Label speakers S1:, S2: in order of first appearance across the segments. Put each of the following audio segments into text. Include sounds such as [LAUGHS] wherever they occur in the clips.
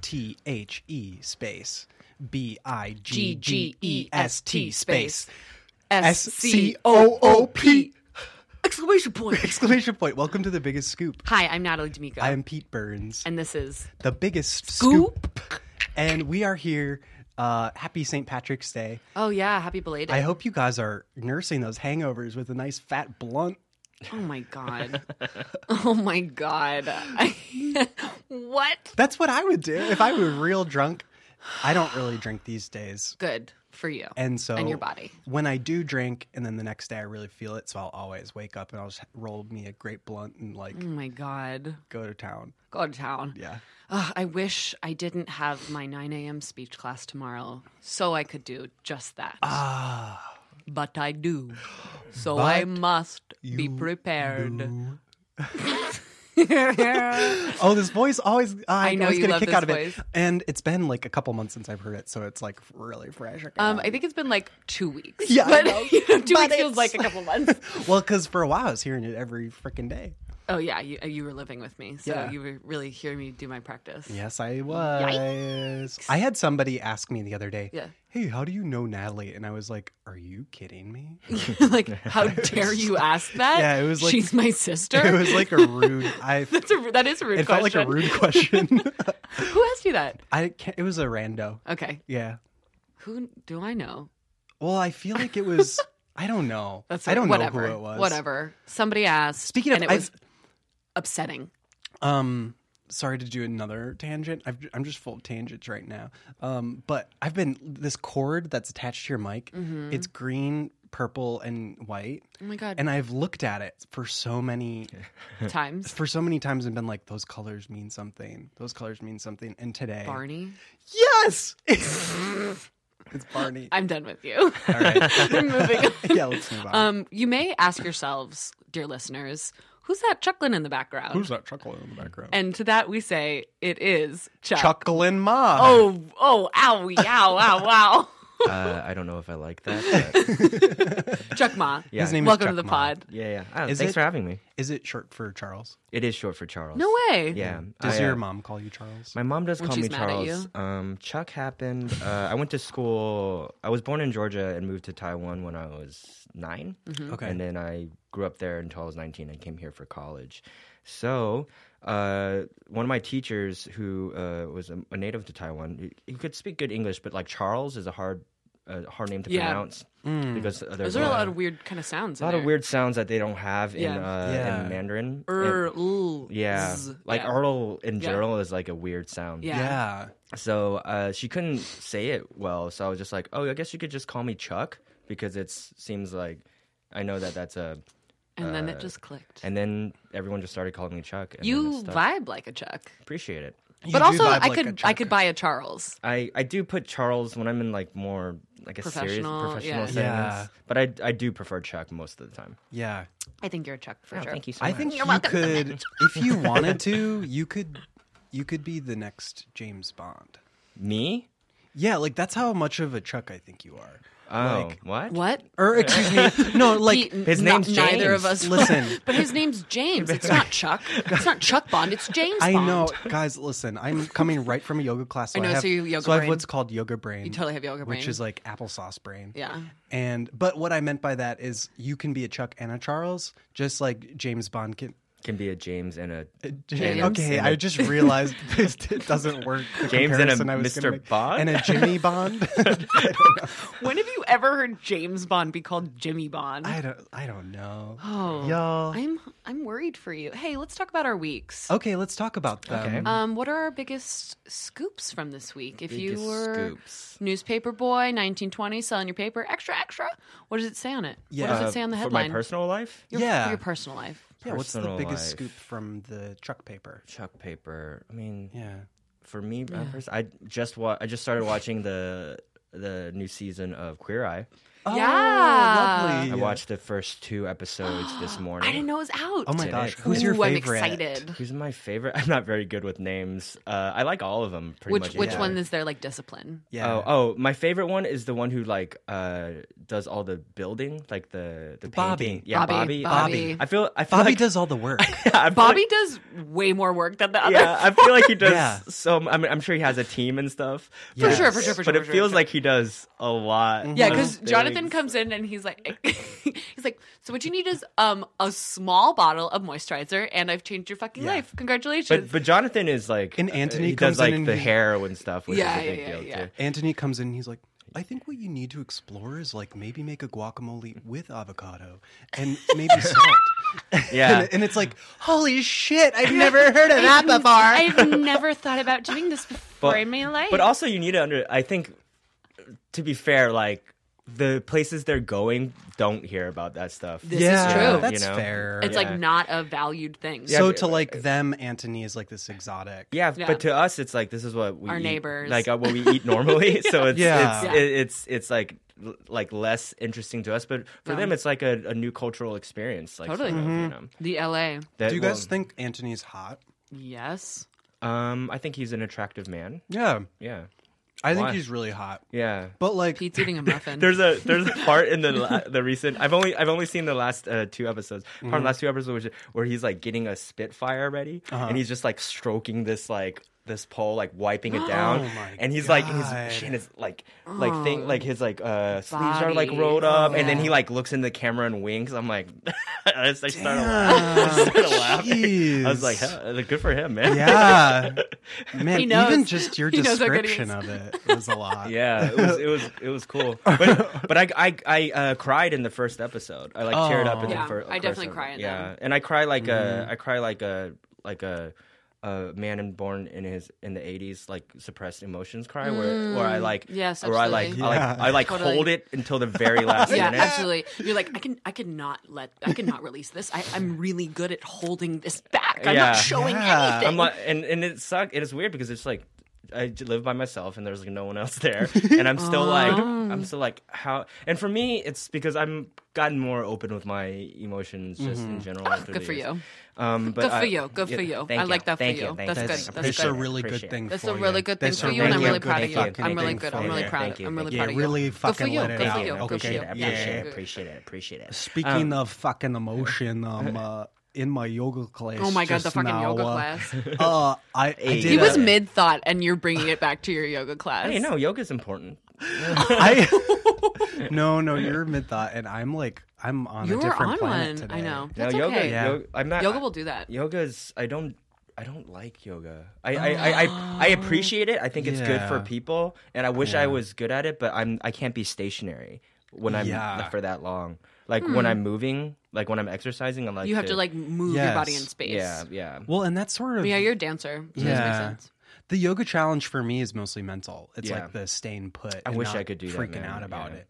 S1: T H E space B I G G E S T space S C O O P
S2: Exclamation point.
S1: exclamation point. Welcome to the biggest scoop.
S2: [LAUGHS] Hi, I'm Natalie D'Amico.
S1: I am Pete Burns,
S2: and this is
S1: the biggest scoop,
S2: Goop.
S1: and we are here. Uh, happy St. Patrick's Day.
S2: Oh, yeah. Happy belated.
S1: I hope you guys are nursing those hangovers with a nice fat blunt.
S2: oh, my
S1: [LAUGHS]
S2: God. oh, my God. [LAUGHS] what?
S1: That's what I would do if I were real drunk. I don't really drink these days.
S2: Good for you.
S1: And so
S2: And your body.
S1: When I do drink and then the next day I really feel it, so I'll always wake up and I'll just roll me a great blunt and like
S2: oh, my God.
S1: go to town.
S2: Go to town.
S1: Yeah.
S2: Ugh, I wish I didn't have my 9 a.m. speech class tomorrow so I could do just that.
S1: Ah.
S2: but I do. So I
S1: But
S2: must be
S1: you
S2: prepared.
S1: do.
S2: [LAUGHS]
S1: [LAUGHS] Oh, this voice always I,
S2: I know
S1: always
S2: you
S1: get a
S2: love
S1: kick
S2: this
S1: out of
S2: voice.
S1: it. And it's been like a couple months since I've heard it, so it's like really fresh.
S2: Um, I think it's been like two weeks.
S1: Yeah, I
S2: but
S1: know.
S2: [LAUGHS] you know, two
S1: But
S2: weeks feels
S1: it's-
S2: like a couple months.
S1: [LAUGHS] well, because for a while I was hearing it every freaking day.
S2: oh yeah, you, you were living with me, so
S1: Yeah.
S2: you were really hearing me do my practice.
S1: Yes, I was. I had somebody ask me the other day,
S2: Yeah.
S1: Hey, how do you know Natalie? And I was like, Are you kidding me?
S2: [LAUGHS] [LAUGHS]
S1: [LAUGHS]
S2: like, how dare you ask that?
S1: Yeah, it was like-
S2: she's my sister.
S1: it
S2: [LAUGHS]
S1: was like a rude I
S2: That's a, that is a rude
S1: it felt
S2: question.
S1: like a rude
S2: [LAUGHS]
S1: question.
S2: Who asked you that?
S1: I can't, it was a rando.
S2: Okay,
S1: Yeah.
S2: who do I know?
S1: Well, I feel like
S2: [LAUGHS]
S1: it was I don't know.
S2: That's
S1: I don't
S2: whatever.
S1: know who it was.
S2: Whatever. Somebody asked.
S1: Speaking of
S2: and it
S1: I've
S2: was upsetting.
S1: um sorry to do another tangent. I've, I'm just full of tangents right now. Um but I've been this cord that's attached to your mic.
S2: Mm-hmm.
S1: It's green, purple and white.
S2: Oh my god!
S1: And I've looked at it for so
S2: [LAUGHS]
S1: many [LAUGHS]
S2: Times
S1: for so many times and been like those colors mean something. Those colors mean something. And today
S2: Barney.
S1: Yes. [LAUGHS] it's
S2: [LAUGHS]
S1: Barney.
S2: I'm done with you.
S1: All right.
S2: [LAUGHS] We're
S1: [LAUGHS]
S2: moving on.
S1: yeah, let's move on.
S2: Um, you may ask yourselves, dear listeners, who's that chuckling in the background?
S1: Who's that chuckling in the background?
S2: and to that we say, it is Chuck.
S1: Chuckling Ma. [LAUGHS]
S2: Oh, [LAUGHS] oh, ow, ow, wow, wow.
S3: uh, I don't know if I like that.
S1: [LAUGHS]
S3: but-
S2: Chuck Ma.
S3: Yeah.
S1: His name
S2: Welcome to
S1: is Chuck
S2: the
S1: Ma.
S2: pod.
S3: yeah, yeah. I don't-
S1: Is
S3: thanks
S1: it-
S3: for having me.
S1: Is it short for Charles?
S3: It is short for Charles.
S2: No way.
S3: Yeah.
S1: Does
S3: I, uh,
S1: your mom call you Charles?
S3: My mom does
S2: When
S3: call
S2: she's
S3: me
S2: mad at
S3: Charles. Um, Chuck happened. Uh, I went to school. I was born in Georgia and moved to Taiwan when I was 9
S1: Mm-hmm. Okay.
S3: And then I grew up there until I was 19 and came here for college. So, uh, one of my teachers who uh, was a, a native to Taiwan, he, he could speak good English, but like Charles is a hard, a hard name to
S2: Yeah.
S3: pronounce
S1: Mm.
S3: because
S2: Those
S3: there's
S2: are a lot of weird kind of sounds.
S3: a lot of weird sounds that they don't have in,
S2: Yeah.
S3: uh,
S1: Yeah.
S3: in Mandarin. And-
S2: Er, l,
S3: yeah,
S2: z.
S3: like
S2: yeah.
S3: Arnold in
S2: Yeah.
S3: general is like a weird sound.
S2: Yeah.
S1: yeah.
S3: So uh, she couldn't say it well, so I was just like, oh, I guess you could just call me Chuck because it seems like I know that that's a.
S2: And then it
S3: uh,
S2: just clicked.
S3: And then everyone just started calling me Chuck. And then it
S2: you
S3: stuck.
S2: vibe like a Chuck.
S3: appreciate it.
S1: You
S2: but
S1: do
S2: also,
S1: vibe
S2: I
S1: like a
S2: could I
S1: Chuck.
S2: could buy a Charles.
S3: I, I do put Charles when I'm in like more like a serious
S2: Professional,
S3: professional
S2: yeah.
S3: settings,
S1: Yeah.
S3: but I I do prefer Chuck most of the time.
S1: Yeah.
S2: I think you're a Chuck for
S3: Oh,
S2: sure.
S3: Thank you so
S1: I
S3: much.
S1: think you could, if you
S2: [LAUGHS]
S1: wanted to, you could, you could be the next James Bond.
S3: me.
S1: Yeah, like that's how much of a Chuck I think you are.
S3: Oh,
S1: Like-
S3: what?
S2: What?
S1: Or excuse me, no,
S2: [LAUGHS]
S1: like
S2: He-
S3: his
S2: not-
S3: name's
S2: Neither
S3: James.
S2: of us.
S1: Listen.
S2: [LAUGHS] but his name's James. It's
S1: [LAUGHS]
S2: not Chuck. It's not Chuck Bond. It's James.
S1: I
S2: Bond.
S1: know, guys. Listen, I'm coming right from a yoga class. So
S2: [LAUGHS] I
S1: I
S2: know,
S1: have,
S2: so you yoga
S1: so I have
S2: brain.
S1: what's called yoga brain. You
S2: totally have yoga brain.
S1: which is like applesauce brain.
S2: Yeah.
S1: And but what I meant by that is you can be a Chuck and a Charles, just like James Bond can.
S3: Can be a James and a
S1: James.
S2: James
S1: Okay,
S3: and
S1: I
S3: a-
S1: just
S3: [LAUGHS]
S1: realized this it doesn't work. The
S3: James and a
S1: comparison I was gonna
S3: Mr.
S1: make.
S3: Bond?
S1: and a
S3: [LAUGHS]
S1: Jimmy Bond. [LAUGHS]
S2: When have you ever heard James Bond be called Jimmy Bond?
S1: I don't. I don't know.
S2: [GASPS] oh,
S1: Y'all.
S2: I'm I'm worried for you. Hey, let's talk about our weeks.
S1: Okay, let's talk about them.
S3: Okay.
S2: Um, what are our biggest scoops from this week? If you
S3: Biggest
S2: were
S3: scoops.
S2: newspaper boy, 1920, selling your paper, extra, extra. What does it say on it?
S1: Yeah.
S2: What does
S3: Uh,
S2: it say on the
S3: for
S2: headline?
S3: my personal life.
S2: your,
S1: Yeah.
S2: Your personal life.
S1: Yeah, what's the
S3: personal
S1: biggest
S3: life.
S1: scoop from the Chuck paper?
S3: Chuck paper. I mean,
S1: Yeah.
S3: for me, uh, pers- I just wa- I just started watching the the new season of Queer Eye.
S1: Oh,
S2: Yeah.
S1: lovely.
S3: I watched the first two episodes this
S2: [GASPS]
S3: morning.
S2: I didn't know it was out.
S1: Oh my
S3: Did
S1: gosh,
S3: it?
S1: who's your
S2: Ooh, I'm
S1: favorite?
S2: excited.
S3: Who's my favorite? [LAUGHS] I'm not very good with names. Uh, I like all of them pretty
S2: Which
S3: much.
S2: which
S3: equally.
S2: one is their like discipline?
S1: Yeah.
S3: Oh, oh, my favorite one is the one who like uh does all the building, like the the
S1: Bobby.
S3: painting. Yeah,
S2: Bobby,
S3: Bobby.
S2: Bobby.
S3: I feel I feel
S1: Bobby
S3: like, [LAUGHS]
S1: does all the work.
S3: I feel
S2: Bobby does way more work than the
S3: like-
S2: other.
S3: [LAUGHS] yeah, I feel like he does
S1: Yeah.
S3: so. I mean, I'm sure he has a team and stuff.
S1: For
S3: but-
S1: sure, for sure, Mm-hmm.
S2: for
S3: But
S2: sure,
S3: it
S2: for
S3: feels
S2: sure.
S3: like he does a lot.
S2: [LAUGHS] Yeah,
S3: of
S2: because
S3: things.
S2: Jonathan comes in and he's like, [LAUGHS] he's like, so what you need is um a small bottle of moisturizer, and I've changed your fucking
S1: Yeah.
S2: life. Congratulations.
S3: But but Jonathan is like,
S1: And
S3: uh,
S1: Anthony
S3: he
S1: comes
S3: does
S1: in
S3: like
S1: and
S3: the
S1: he-
S3: heroin stuff, which
S2: Yeah,
S3: is a big
S2: yeah,
S3: deal
S2: yeah.
S3: too.
S1: Anthony comes in. He's like, I think what you need to explore is like maybe make a guacamole with avocado and
S3: [LAUGHS]
S1: maybe salt.
S3: Yeah.
S1: and, and it's like, holy shit! I've
S2: [LAUGHS]
S1: never heard of that before.
S2: I've never thought about doing this before in my life.
S3: But also, you need to under. I think, to be fair, like the places they're going don't hear about that stuff.
S2: This is true.
S3: you
S1: That's
S3: know?
S1: fair.
S2: it's
S3: Yeah.
S2: like not a valued thing.
S3: Yeah,
S1: so
S3: but-
S1: to like them, Anthony is like this exotic.
S3: Yeah,
S2: Yeah.
S3: but to us, it's like this is what we
S2: Our
S3: eat-
S2: neighbors.
S3: like uh, what we
S2: [LAUGHS]
S3: eat normally. [LAUGHS] So it's
S1: Yeah.
S3: it's,
S2: Yeah.
S3: It, it's it's like l- like less interesting to us, but for
S2: Yeah.
S3: them, it's like a, a new cultural experience. Like,
S2: Totally.
S3: sort of, you know,
S2: The LA.
S3: that
S1: Mm-hmm. Do you guys
S3: will-
S1: think Anthony's hot?
S2: Yes.
S3: Um, I think he's an attractive man.
S1: Yeah,
S3: Yeah,
S1: I think
S3: Why?
S1: he's really hot.
S3: yeah.
S1: But like,
S2: Pete's eating a muffin.
S3: [LAUGHS] There's a
S1: [LAUGHS]
S3: there's a part in the la- the recent I've only I've only seen the last uh, two episodes. Part
S1: Mm-hmm.
S3: of the last two episodes where- where he's like getting a Spitfire ready
S1: Uh-huh.
S3: and he's just like stroking this like this pole like wiping it down
S1: Oh my
S3: and he's like and
S1: God.
S3: his chin is like like thing like his like uh sleeves are like
S2: Body.
S3: rolled
S1: Oh,
S3: up and then
S2: Yeah.
S3: he like looks in the camera and winks i'm like [LAUGHS] i just- I started laughing, [LAUGHS] I
S1: Ah,
S3: started laughing. i was
S1: jeez.
S3: like "Hell, good for him
S1: [LAUGHS]
S3: man
S1: yeah, man.
S2: [LAUGHS] He knows.
S1: Even just your
S2: He knows how good he
S1: description
S2: is.
S1: of it was a lot.
S3: [LAUGHS] Yeah, it was it was it was cool. But, but I I I uh, cried in the first episode. I like teared up
S2: Oh.
S3: in
S2: Yeah,
S3: the fir- first.
S2: I definitely
S3: episode.
S2: cry in
S3: yeah,
S2: them.
S3: and I cry like a I cry like a like a. A man and born in his in the eighties, like suppressed emotions cry, where where I like,
S2: Mm. yes,
S3: or I like,
S2: absolutely.
S3: I like,
S1: Yeah.
S3: I like
S2: Totally.
S3: hold it until the very
S2: [LAUGHS]
S3: last
S2: yeah,
S3: minute.
S2: absolutely. You're like, I can, I could not let, I could not release this. I, I'm really good at holding this back. I'm
S3: Yeah.
S2: not showing
S1: Yeah.
S2: anything.
S3: I'm like, and and it sucked. It is weird because it's like I j- live by myself and there's like no one else
S2: [LAUGHS]
S3: there, and I'm still like I'm still like how. And for me, it's because I'm gotten more open with my emotions just in general.
S2: Mm-hmm. Ah, good
S3: through the
S2: for
S3: years.
S2: you.
S3: Um, but
S2: Good for
S3: I-
S2: you. Good
S3: yeah,
S2: for you.
S3: thank
S2: I like that for
S3: Thank
S2: you.
S3: thank
S2: That's
S3: you.
S2: good.
S3: I
S1: That's,
S2: That's
S1: it's
S3: appreciate
S1: a
S3: it.
S1: really
S3: Appreciate
S1: good
S3: it.
S1: thing.
S2: That's
S1: for
S2: a really
S1: you.
S2: good thing
S1: That's
S2: for
S1: a
S2: you, and I'm really
S1: good
S2: proud of you.
S1: fucking
S2: I'm really
S1: thing
S2: good.
S1: for
S2: I'm really
S1: you.
S2: proud.
S3: Thank you,
S2: I'm really
S3: thank
S2: proud
S1: Yeah,
S2: of
S1: really
S2: you.
S1: fucking
S2: you,
S1: let it
S2: good for
S1: out.
S2: you, good for
S1: okay.
S2: you.
S3: Appreciate it.
S1: Yeah.
S3: Appreciate it. Appreciate it. Appreciate it.
S2: Um,
S1: Speaking of fucking emotion, um, uh, in my yoga class.
S2: Oh my god, the
S1: just
S2: fucking
S1: now,
S2: yoga
S1: uh,
S2: class.
S1: [LAUGHS] Uh, I, I did
S2: He was
S1: a-
S2: mid thought, and you're bringing it back to your yoga class.
S3: Hey, no, yoga's important.
S1: [LAUGHS]
S2: [LAUGHS]
S1: I no, no, you're mid thought, and I'm like, I'm on
S2: you
S1: a
S2: were
S1: different
S2: on
S1: planet
S2: one.
S1: today.
S2: I know.
S3: No,
S2: That's
S3: yoga.
S2: okay.
S1: Yeah.
S3: yo- I'm not.
S2: Yoga will do that.
S3: yoga's i don't i don't like yoga i I, I, I, I appreciate it i think it's good for
S1: Yeah.
S3: people and i wish i was good at it but i'm i can't be stationary when i'm
S1: Yeah.
S3: for that long like when i'm moving like when i'm exercising i'm like
S2: You have to like move your
S1: Yes.
S2: body in space.
S3: yeah yeah
S1: Well, and that's sort of
S2: Yeah, you're a dancer. So yeah. Makes
S1: Yeah.
S2: sense.
S1: The yoga challenge for me is mostly mental. It's
S3: Yeah.
S1: like the staying put.
S3: I
S1: and
S3: wish
S1: not
S3: I could do that,
S1: Freaking
S3: man.
S1: out about
S3: Yeah.
S1: it.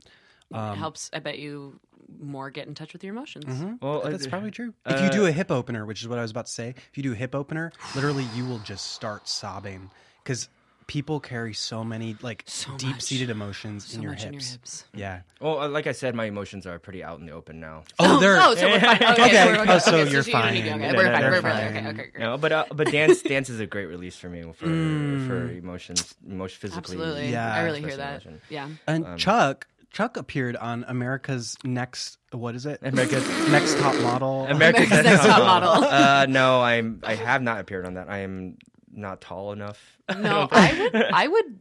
S2: it
S1: um,
S2: helps. I bet you more get in touch with your emotions.
S1: Mm-hmm.
S3: well
S1: That's
S3: uh,
S1: probably true. if you do a hip opener, which is what I was about to say, if you do a hip opener, literally you will just start sobbing because people carry so many like
S2: So much.
S1: deep seated emotions
S2: So
S1: in, your
S2: much in
S1: hips.
S2: your hips.
S1: Yeah.
S3: well uh, like i said my emotions are pretty out in the open now
S1: Oh, they're
S2: Oh, so we're
S1: [LAUGHS]
S2: fine. Okay,
S1: Okay.
S2: so we're
S1: Oh, so
S2: okay,
S1: you're
S2: you don't need
S1: fine.
S2: yoga.
S1: Yeah,
S2: We're
S1: no,
S2: fine.
S1: they're
S2: We're fine.
S1: fine.
S2: Okay, okay, great.
S3: no but uh, but dance dance is a great release for me for for emotions emotion physically
S2: Absolutely. [LAUGHS]
S1: Yeah.
S2: I really hear
S3: Expressing
S2: that.
S3: emotion.
S2: Yeah.
S1: And
S3: Um,
S1: Chuck Chuck appeared on America's Next what is it?
S3: America's-
S1: Next Top Model.
S3: America's
S2: America's Next Top Model.
S3: uh, no, I'm. I have not appeared on that. I am not tall enough. [LAUGHS]
S2: No, I would. I would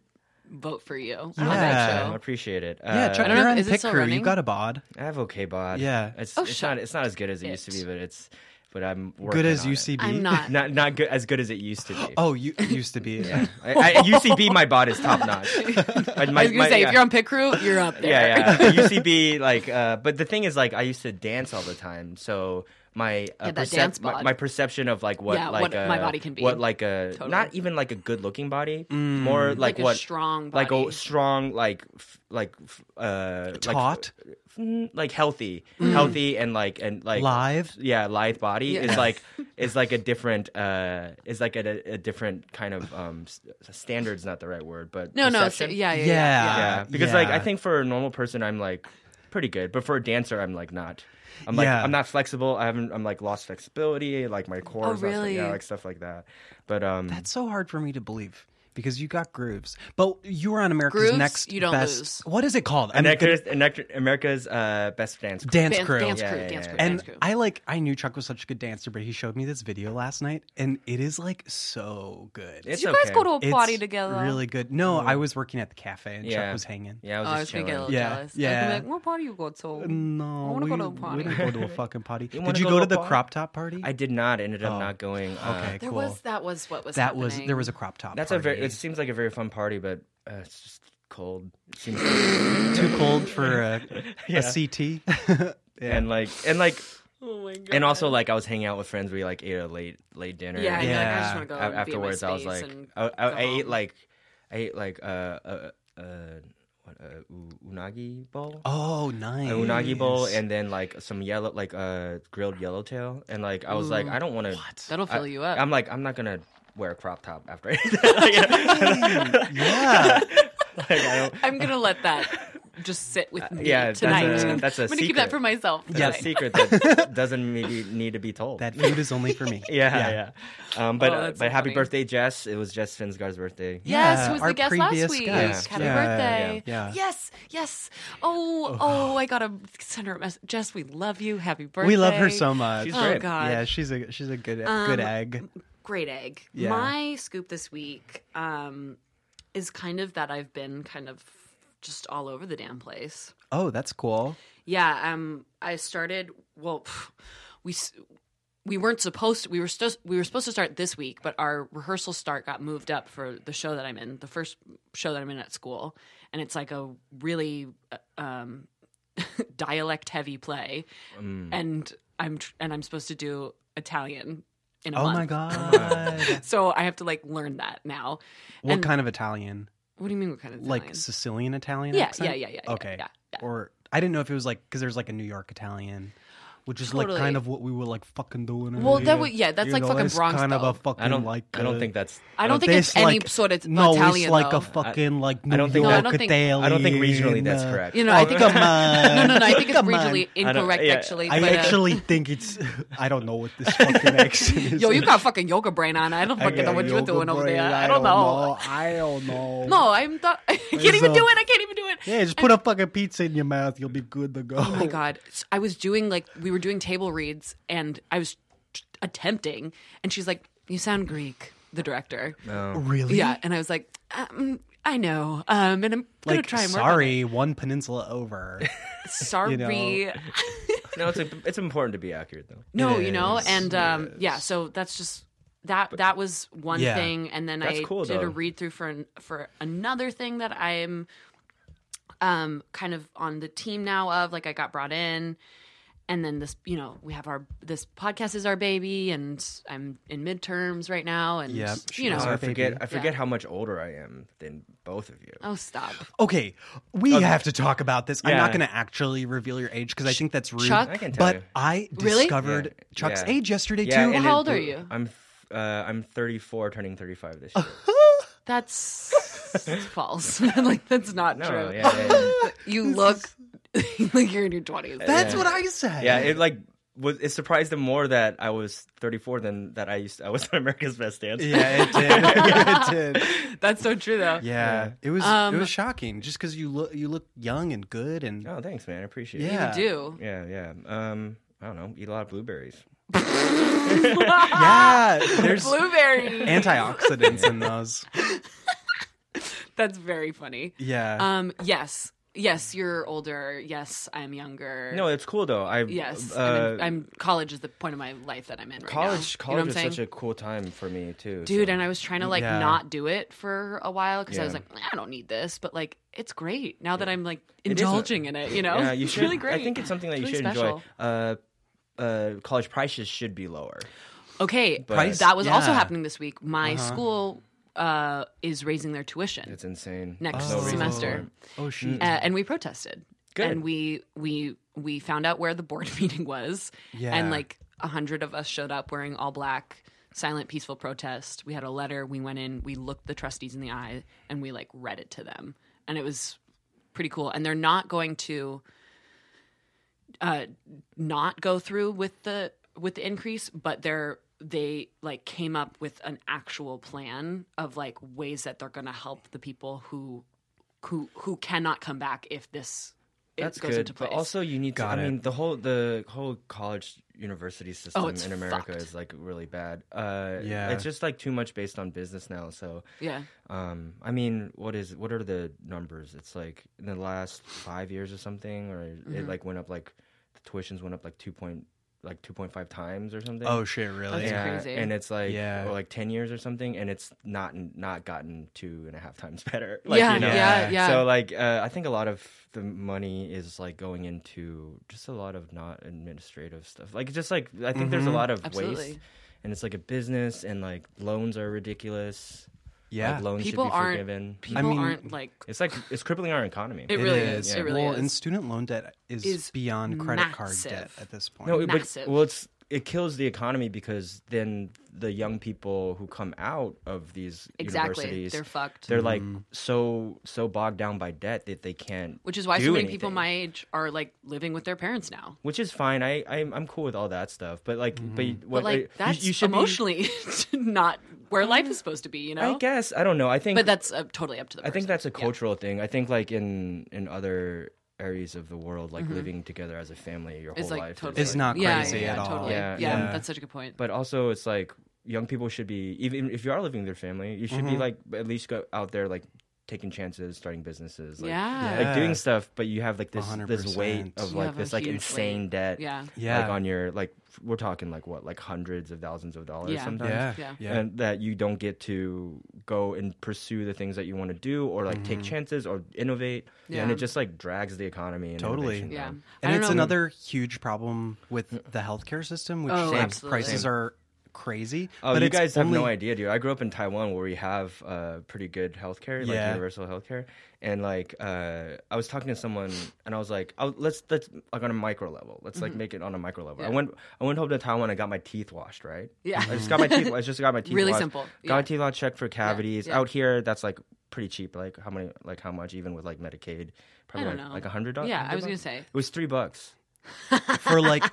S2: vote for you on that
S1: Yeah.
S3: I
S2: show.
S3: appreciate it. Uh,
S1: yeah, Chuck,
S2: don't know
S1: you're
S2: if-
S1: on
S2: is it
S1: Pick
S2: still
S1: Crew. You
S2: running?
S1: got a bod.
S3: I have okay bod.
S1: Yeah.
S3: it's,
S2: Oh,
S3: it's
S2: shut
S3: not. It's not as good as it, used to be,
S2: it.
S3: but it's. But I'm working
S1: Good as
S3: on it.
S1: UCB.
S2: I'm not.
S3: Not not good as good as it used to be.
S1: [LAUGHS] Oh, you used to be.
S3: [LAUGHS] Yeah. I, I, at UCB, my bod is
S2: [LAUGHS]
S3: top notch. I
S2: I was gonna say if you're on pit crew, you're up there.
S3: yeah, yeah.
S2: [LAUGHS]
S3: UCB, like, uh, but the thing is, like, I used to dance all the time, so my uh,
S2: Yeah, that
S3: percep-
S2: dance
S3: my,
S2: bod.
S3: my perception of like what
S2: Yeah,
S3: like
S2: what
S3: a,
S2: my body can be.
S3: what like a
S2: Totally.
S3: not even like a good looking body, more like,
S2: Like a
S3: what
S2: strong
S3: like
S2: body.
S3: a strong like f- like f- uh like-
S1: Taut?
S3: mm, like healthy, healthy and like and like
S1: Live?
S3: yeah, live body
S2: Yeah.
S3: is like is like a different uh is like a, a different kind of um s- standards not the right word but
S2: No, no. so-
S3: perception.
S2: Yeah, yeah, yeah.
S1: Yeah.
S2: yeah.
S3: Yeah, Uh, because like
S1: yeah.
S3: I think for a normal person, I'm like pretty good. But for a dancer, I'm like not. I'm like
S1: Yeah.
S3: I'm not flexible. I haven't. I'm like lost flexibility. Like my core. is not-
S2: Oh, really?
S3: yeah, like stuff like that. But um,
S1: That's so hard for me to believe because you got grooves, but you were on America's
S2: Grooves,
S1: Next
S2: you don't
S1: Best.
S2: lose.
S1: What is it called? I'm
S3: America's, America's uh, best dance. Group.
S1: dance
S2: Dance
S1: crew.
S2: dance
S3: Yeah,
S2: crew,
S3: yeah,
S2: dance
S3: yeah.
S2: crew,
S1: And
S2: dance crew.
S1: I like I knew Chuck was such a good dancer, but he showed me this video last night, and it is like so good.
S2: Did
S3: It's
S2: you guys
S3: okay.
S2: go to a
S1: It's
S2: party together?
S1: Really good. No, I was working at the cafe, and
S3: Mm-hmm. Yeah.
S1: Chuck was hanging.
S3: Yeah, I
S2: Oh,
S3: was
S2: I was
S3: just
S2: gonna get a
S3: chilling.
S2: little
S1: Yeah,
S2: jealous.
S1: yeah.
S2: I'd be like, what party you go to?
S1: No,
S2: I wanna
S1: we,
S2: go to a
S1: we
S2: party.
S1: didn't go
S2: [LAUGHS]
S1: to a fucking party.
S3: wanna
S1: Did you
S3: go
S1: go, to,
S3: to a
S1: the
S3: party?
S1: crop top party?
S3: I did not ended up
S1: Oh.
S3: not going. uh,
S1: okay,
S2: There
S1: cool.
S2: was that was what was
S1: that was
S2: happening.
S1: there was a crop top.
S3: That's a
S1: party.
S3: very. It seems like a very fun party, but uh, it's just cold.
S1: [LAUGHS]
S3: It seems-
S1: too cold
S3: [LAUGHS]
S1: for a,
S3: Yeah.
S1: a
S3: [LAUGHS]
S1: CT. yeah.
S3: and like and like
S2: oh my god.
S3: and also like I was hanging out with friends. We like ate a late late dinner.
S2: yeah,
S1: Yeah.
S2: yeah. I just want to go.
S3: A-
S2: and be um, in my
S3: afterwards, I was
S2: space
S3: like,
S2: and
S3: I, I, I
S2: go
S3: ate
S2: home.
S3: like, I ate like uh uh uh what uh u- unagi bowl.
S1: oh, nice.
S3: A unagi bowl and then like some yellow like uh grilled yellowtail and like I was like I don't want to
S2: that'll fill you up.
S3: I'm like I'm not gonna wear a crop top after [LAUGHS] I eat
S2: [LAUGHS]
S3: that. Like,
S1: yeah.
S3: I don't-
S2: I'm gonna let that just sit with me
S3: yeah, that's
S2: tonight.
S3: a- that's a
S2: I'm gonna keep that
S3: secret.
S2: for myself.
S3: That's
S1: Yes.
S3: a
S1: [LAUGHS]
S3: secret that doesn't maybe need to be
S1: [LAUGHS]
S3: told.
S1: That food is only for me.
S3: [LAUGHS] yeah, yeah. Um, but
S2: Oh,
S3: uh,
S2: that's
S3: but
S2: so
S3: happy
S2: funny.
S3: birthday, Jess. It was Jess Finsgar's birthday.
S2: Yes,
S1: Yeah,
S2: who was
S1: our
S2: the guest last
S1: previous
S2: week?
S1: guest.
S2: Happy
S1: Yeah,
S2: birthday.
S1: yeah, yeah.
S2: Yes, yes. Oh, oh, I gotta send her a message. Jess, we love you. Happy birthday. Um,
S1: We love her so much.
S3: She's
S2: Oh
S3: great.
S2: god.
S1: Yeah, she's a she's a good good egg.
S2: Great egg.
S1: Yeah.
S2: My scoop this week um, is kind of that I've been kind of just all over the damn place.
S1: Oh, that's cool.
S2: Yeah, um, I started. Well, we s- we weren't supposed. To, we were still we were supposed to start this week, but our rehearsal start got moved up for the show that I'm in, the first show that I'm in at school, and it's like a really uh, um, [LAUGHS] dialect heavy play,
S3: Mm.
S2: and I'm tr- and I'm supposed to do Italian in a
S1: Oh
S2: month.
S1: my
S3: [LAUGHS]
S1: god.
S2: So I have to like learn that now.
S1: what
S2: And-
S1: kind of Italian?
S2: What do you mean? What kind of
S1: Like
S2: Italian?
S1: Sicilian Italian?
S2: Yeah,
S1: accent?
S2: yeah, yeah, yeah, yeah,
S1: Okay.
S2: yeah, yeah.
S1: Or I didn't know if it was like because there's like a New York Italian, which is like
S2: Totally.
S1: kind of what we were like fucking doing.
S2: Well,
S1: earlier.
S2: that would- yeah, that's
S1: You
S2: like
S1: know,
S2: fucking
S1: it's
S2: Bronx
S1: Kind of a
S2: though.
S1: fucking
S3: I don't
S1: like.
S3: I don't
S1: uh,
S3: think that's
S2: I don't think
S1: this,
S2: it's any
S1: like-
S2: sort of
S1: no, it's
S2: Italian
S1: like
S2: though.
S1: a fucking like New
S3: I don't think
S1: York
S2: that- No, I don't think-
S1: Italian.
S3: I don't think regionally that's correct.
S2: You know,
S1: Oh,
S2: I think
S1: come
S2: [LAUGHS]
S1: on.
S2: No, no, no. I think it's
S1: Come on.
S2: regionally
S3: don't-
S2: incorrect,
S3: yeah.
S2: actually.
S1: I
S2: but, uh,
S1: actually think it's. [LAUGHS] I don't know what this
S2: [LAUGHS]
S1: fucking accent is.
S2: yo, you got fucking yoga brain on. I don't
S1: I
S2: fucking know
S1: got
S2: what you're
S1: yoga
S2: doing over
S1: brain.
S2: there. I don't know.
S1: I don't
S2: [LAUGHS]
S1: know.
S2: No, I'm. Th- [LAUGHS] I can't
S1: There's
S2: even
S1: a-
S2: do it. I can't even do it.
S1: Yeah, just put a fucking pizza in your mouth. You'll be good to go.
S2: Oh my god! S- I was doing like we were doing table reads, and I was t- attempting, and she's like, "You sound Greek." The director.
S1: [LAUGHS] Really?
S2: Yeah, and I was like, um, "I know," um, and I'm gonna
S1: Like,
S2: try and work on it.
S1: sorry, one peninsula
S2: [LAUGHS]
S1: over.
S2: Sorry.
S1: [LAUGHS] you know.
S3: no. It's it's important to be accurate though.
S2: No, you know,
S1: Yes,
S2: and um, yeah, so that's just that. That was one
S1: Yeah.
S2: thing, and then
S3: That's
S2: I
S3: cool,
S2: did
S3: though.
S2: a read through for an, for another thing that I'm um kind of on the team now of like I got brought in, and then this you know we have our this podcast is our baby, and I'm in midterms right now, and
S1: Yep, she
S2: you know.
S1: is
S3: So
S1: Sorry,
S3: I forget
S1: baby.
S3: I forget how much older I am than both of you.
S2: Oh
S1: [LAUGHS]
S2: stop!
S1: Okay, we have to talk about this. I'm not
S3: Yeah.
S1: going to actually reveal your age because I think that's rude.
S2: Chuck?
S3: I can tell
S1: but
S3: you.
S1: I
S2: Really?
S1: discovered
S3: Yeah,
S1: Chuck's
S3: yeah.
S1: age yesterday too.
S3: and
S2: How
S3: it
S2: old are
S3: blew-
S2: you?
S3: I'm uh, I'm 34, turning 35
S1: Oh,
S3: this year.
S2: That's false. [LAUGHS] like that's not
S3: No,
S2: true.
S3: yeah, yeah,
S1: [LAUGHS]
S2: [LAUGHS] You look [LAUGHS] like you're in your twenties.
S1: That's what I said.
S3: yeah. It like was it surprised them more that I was 34 than that I used I was [LAUGHS] on America's Best Dance.
S1: Yeah,
S3: [LAUGHS]
S1: it did. [LAUGHS] it did.
S2: That's so true though.
S1: Yeah, it was
S2: Um,
S1: it was shocking just because you look you look young and good and
S3: Oh, thanks, man. I appreciate
S1: Yeah.
S3: it.
S2: You do.
S3: Yeah, yeah. Um, I don't know. Eat a lot of blueberries.
S1: yeah, there's
S2: [LAUGHS] Blueberry.
S1: antioxidants
S2: [LAUGHS]
S1: in those.
S2: That's very funny.
S1: Yeah,
S2: Um, yes. Yes, you're older. Yes, I'm younger.
S3: No, it's cool though. I
S2: Yes.
S3: Uh,
S2: I'm, in- I'm college is the point of my life that I'm in right
S3: college
S2: now.
S3: college
S2: you know
S3: was
S2: what I'm
S3: such
S2: saying?
S3: a cool time for me too.
S2: Dude,
S3: so-
S2: and I was trying to like
S1: Yeah.
S2: not do it for a while because I
S3: Yeah.
S2: was like, I don't need this, but like it's great now that I'm like
S3: is
S2: indulging in it. You know,
S3: yeah, you
S2: it's
S3: should.
S2: really great.
S3: I think it's something that
S2: It's
S3: you should
S2: really
S3: enjoy. Uh, uh, college prices should be lower.
S2: Okay,
S3: Price-
S2: that was also
S1: yeah.
S2: happening this week. My
S3: Uh-huh.
S2: school uh, is raising their tuition.
S3: It's insane.
S2: Next
S3: There's no reason
S2: semester.
S3: for it.
S1: oh shoot,
S2: uh, and we protested.
S3: Good.
S2: And we we we found out where the board [LAUGHS] meeting was.
S1: Yeah.
S2: And like a hundred of us showed up wearing all black, silent, peaceful protest. We had a letter. We went in. We looked the trustees in the eye, and we like read it to them. And it was pretty cool. And they're not going to uh, not go through with the with the increase, but they're they like came up with an actual plan of like ways that they're going to help the people who who who cannot come back if this it
S3: That's
S2: goes
S3: good,
S2: into place.
S3: but also you need
S1: Got
S3: to.
S1: it.
S3: I mean, the whole the whole college university system
S2: Oh, it's
S3: in America
S2: fucked.
S3: is like really bad. Uh,
S1: Yeah.
S3: it's just like too much based on business now. So,
S2: yeah,
S3: um, I mean, what is what are the numbers? It's like in the last five years or something, or
S2: Mm-hmm.
S3: it like went up like the tuitions went up like two point like two point five times or something.
S1: Oh shit! Really?
S2: That's
S3: yeah,
S2: crazy.
S3: and it's like
S1: Yeah.
S3: or like ten years or something, and it's not not gotten two and a half times [LAUGHS] better. Like,
S2: yeah,
S3: you know?
S2: yeah,
S1: Yeah.
S2: yeah.
S3: So like uh, I think a lot of the money is like going into just a lot of not administrative stuff. Like just like I think there's a lot of waste
S2: Absolutely.
S3: and it's like a business and like loans are ridiculous.
S1: Yeah.
S3: Like loans
S2: people
S3: should be
S2: aren't
S3: forgiven.
S2: people
S1: mean-
S2: aren't like
S3: It's like it's crippling our economy.
S2: It really is. It really
S1: well,
S2: is.
S1: and student loan debt is,
S2: Is
S1: beyond credit card debt
S2: massive.
S1: at this point.
S3: no, it-
S2: massive.
S3: but well it's it kills the economy because then the young people who come out of these
S2: exactly
S3: universities
S2: they're fucked.
S3: they're like
S1: Mm-hmm.
S3: so so bogged down by debt that they can't
S2: which is why so
S3: do
S2: many people
S3: anything.
S2: my age are like living with their parents now.
S3: which is fine. I I'm, I'm cool with all that stuff, but like, but, you-
S1: Mm-hmm.
S3: what,
S2: But
S3: uh,
S2: like
S3: you-
S2: that's
S3: you, should be-
S2: emotionally [LAUGHS] not where life is supposed to be, you know.
S3: I guess I don't know. I think,
S2: But that's uh, totally up to the.
S3: I
S2: Person.
S3: think that's a cultural thing. I think like in in other areas of the world, like living together as a family your
S2: Mm-hmm. It's
S3: whole
S2: like
S3: life
S2: totally.
S1: It's not
S2: yeah,
S1: crazy
S2: yeah,
S1: at all.
S2: Totally.
S3: Yeah,
S2: Yeah,
S1: yeah.
S2: that's such a good point.
S3: But also, it's like young people should be even if you are living with your family, you should
S1: Mm-hmm.
S3: be like at least go out there like taking chances, starting businesses, like,
S2: yeah.
S3: like doing
S1: Yeah.
S3: stuff. But you have like this this
S1: 100%.
S3: weight of
S2: You
S3: like
S2: have a
S3: this like
S2: huge
S3: insane
S2: weight.
S3: debt,
S2: Yeah.
S3: like
S1: Yeah.
S3: on your like f- we're talking like what like hundreds of thousands of dollars
S2: Yeah.
S3: sometimes.
S1: yeah,
S2: Yeah.
S1: yeah,
S3: and that you don't get to go and pursue the things that you want to do or like take
S1: Mm-hmm.
S3: chances or innovate
S2: Yeah.
S3: and it just like drags the economy and
S1: Totally.
S3: innovation
S2: Yeah.
S3: down.
S2: I
S1: And
S2: don't
S1: it's
S2: know.
S1: another huge problem with the healthcare system, which
S2: Oh,
S1: like,
S2: absolutely.
S1: prices are crazy.
S3: oh
S1: but
S3: you
S1: it's
S3: guys have no
S1: only-
S3: idea dude i grew up in taiwan where we have uh, pretty good healthcare like
S1: Yeah.
S3: universal healthcare and like uh, i was talking to someone and i was like oh, let's let's like on a micro level let's like make it on a micro level i
S2: Mm-hmm. Yeah.
S3: went i went home to taiwan and got my teeth washed right
S2: Yeah.
S3: i just got my teeth i just got my teeth
S2: Really
S3: washed.
S2: simple.
S3: got
S2: Yeah.
S3: my teeth washed checked for cavities
S2: yeah.
S3: out here that's like pretty cheap like how many like how much even with like medicaid probably
S2: don't
S3: like-
S2: know.
S3: like a hundred dollars
S2: Yeah, I was gonna say.
S3: it was three bucks
S1: for like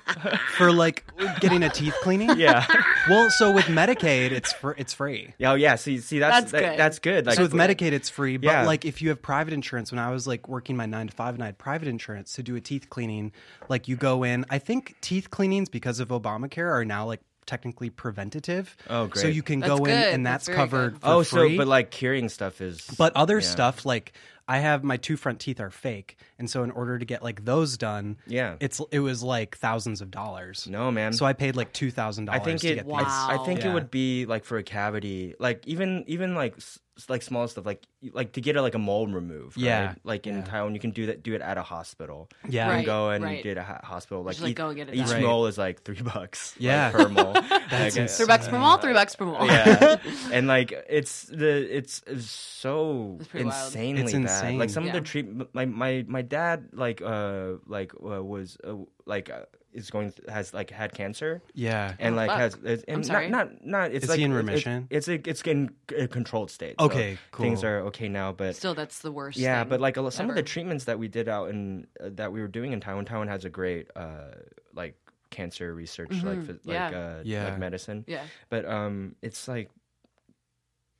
S1: for like getting a teeth
S2: [LAUGHS]
S1: cleaning.
S3: yeah
S1: Well, so with Medicaid, it's fr- it's free.
S3: yeah oh, yeah see see
S2: That's
S3: that's that-
S2: good.
S3: that's good like
S1: so with Medicaid, it's free. But
S3: Yeah.
S1: like if you have private insurance, when I was like working my nine to five and I had private insurance to do a teeth cleaning, like you go in. I think teeth cleanings because of Obamacare are now like technically preventative.
S3: Oh,
S1: So
S3: great.
S1: you can
S2: That's
S1: go in
S2: good.
S1: and
S2: That's
S1: that's,
S2: very
S1: covered.
S2: good.
S1: For
S3: oh
S1: free.
S3: so but like curing stuff is
S1: But other
S3: Yeah.
S1: stuff like I have my two front teeth are fake, and so in order to get like those done,
S3: Yeah.
S1: it's it was like thousands of dollars.
S3: No, man.
S1: So I Oh, paid like two thousand
S3: I
S1: dollars.
S3: think
S1: to
S3: it.
S1: get
S2: Wow.
S1: these.
S3: I think it
S1: Yeah.
S3: would be like for a cavity, like even even like s- like small stuff, like like to get a, like a mole removed.
S1: Yeah.
S3: right? like in Taiwan, you can do that. Do it at a hospital.
S1: Yeah.
S3: you can
S2: Right,
S3: go and
S2: right.
S3: get a ho- hospital. Like,
S2: Just, like,
S3: each,
S2: go and get it
S3: each
S1: done.
S3: mole is like three [LAUGHS] bucks. like,
S1: Yeah.
S3: per
S1: [LAUGHS]
S3: mole. That's
S2: [LAUGHS] Three bucks per mall. Three bucks per mall. [LAUGHS]
S3: yeah, and like it's the it's, it's so
S2: pretty wild.
S3: insanely
S1: It's
S3: bad. Like
S1: insane.
S3: some of the
S2: Yeah.
S3: treatment, my my my dad like uh like uh, was uh, like uh, is going has like had cancer
S1: Yeah.
S3: and
S2: Oh,
S3: like
S2: fuck.
S3: has it's, and
S2: I'm
S3: not,
S2: sorry.
S3: not not it's
S1: Is
S3: like
S1: he in
S3: it's- it's-
S1: remission?
S3: It's it's, it's in a controlled state.
S1: Okay,
S3: so Things
S1: cool.
S3: are okay now, but
S2: Still, that's the worst.
S3: yeah,
S2: thing
S3: but like a, lo- some of the
S2: ever.
S3: treatments that we did out in uh, that we were doing in Taiwan, Taiwan has a great uh like cancer research like phys- like
S2: Mm-hmm. yeah.
S3: uh
S1: Yeah.
S3: like medicine.
S2: Yeah.
S3: But um it's like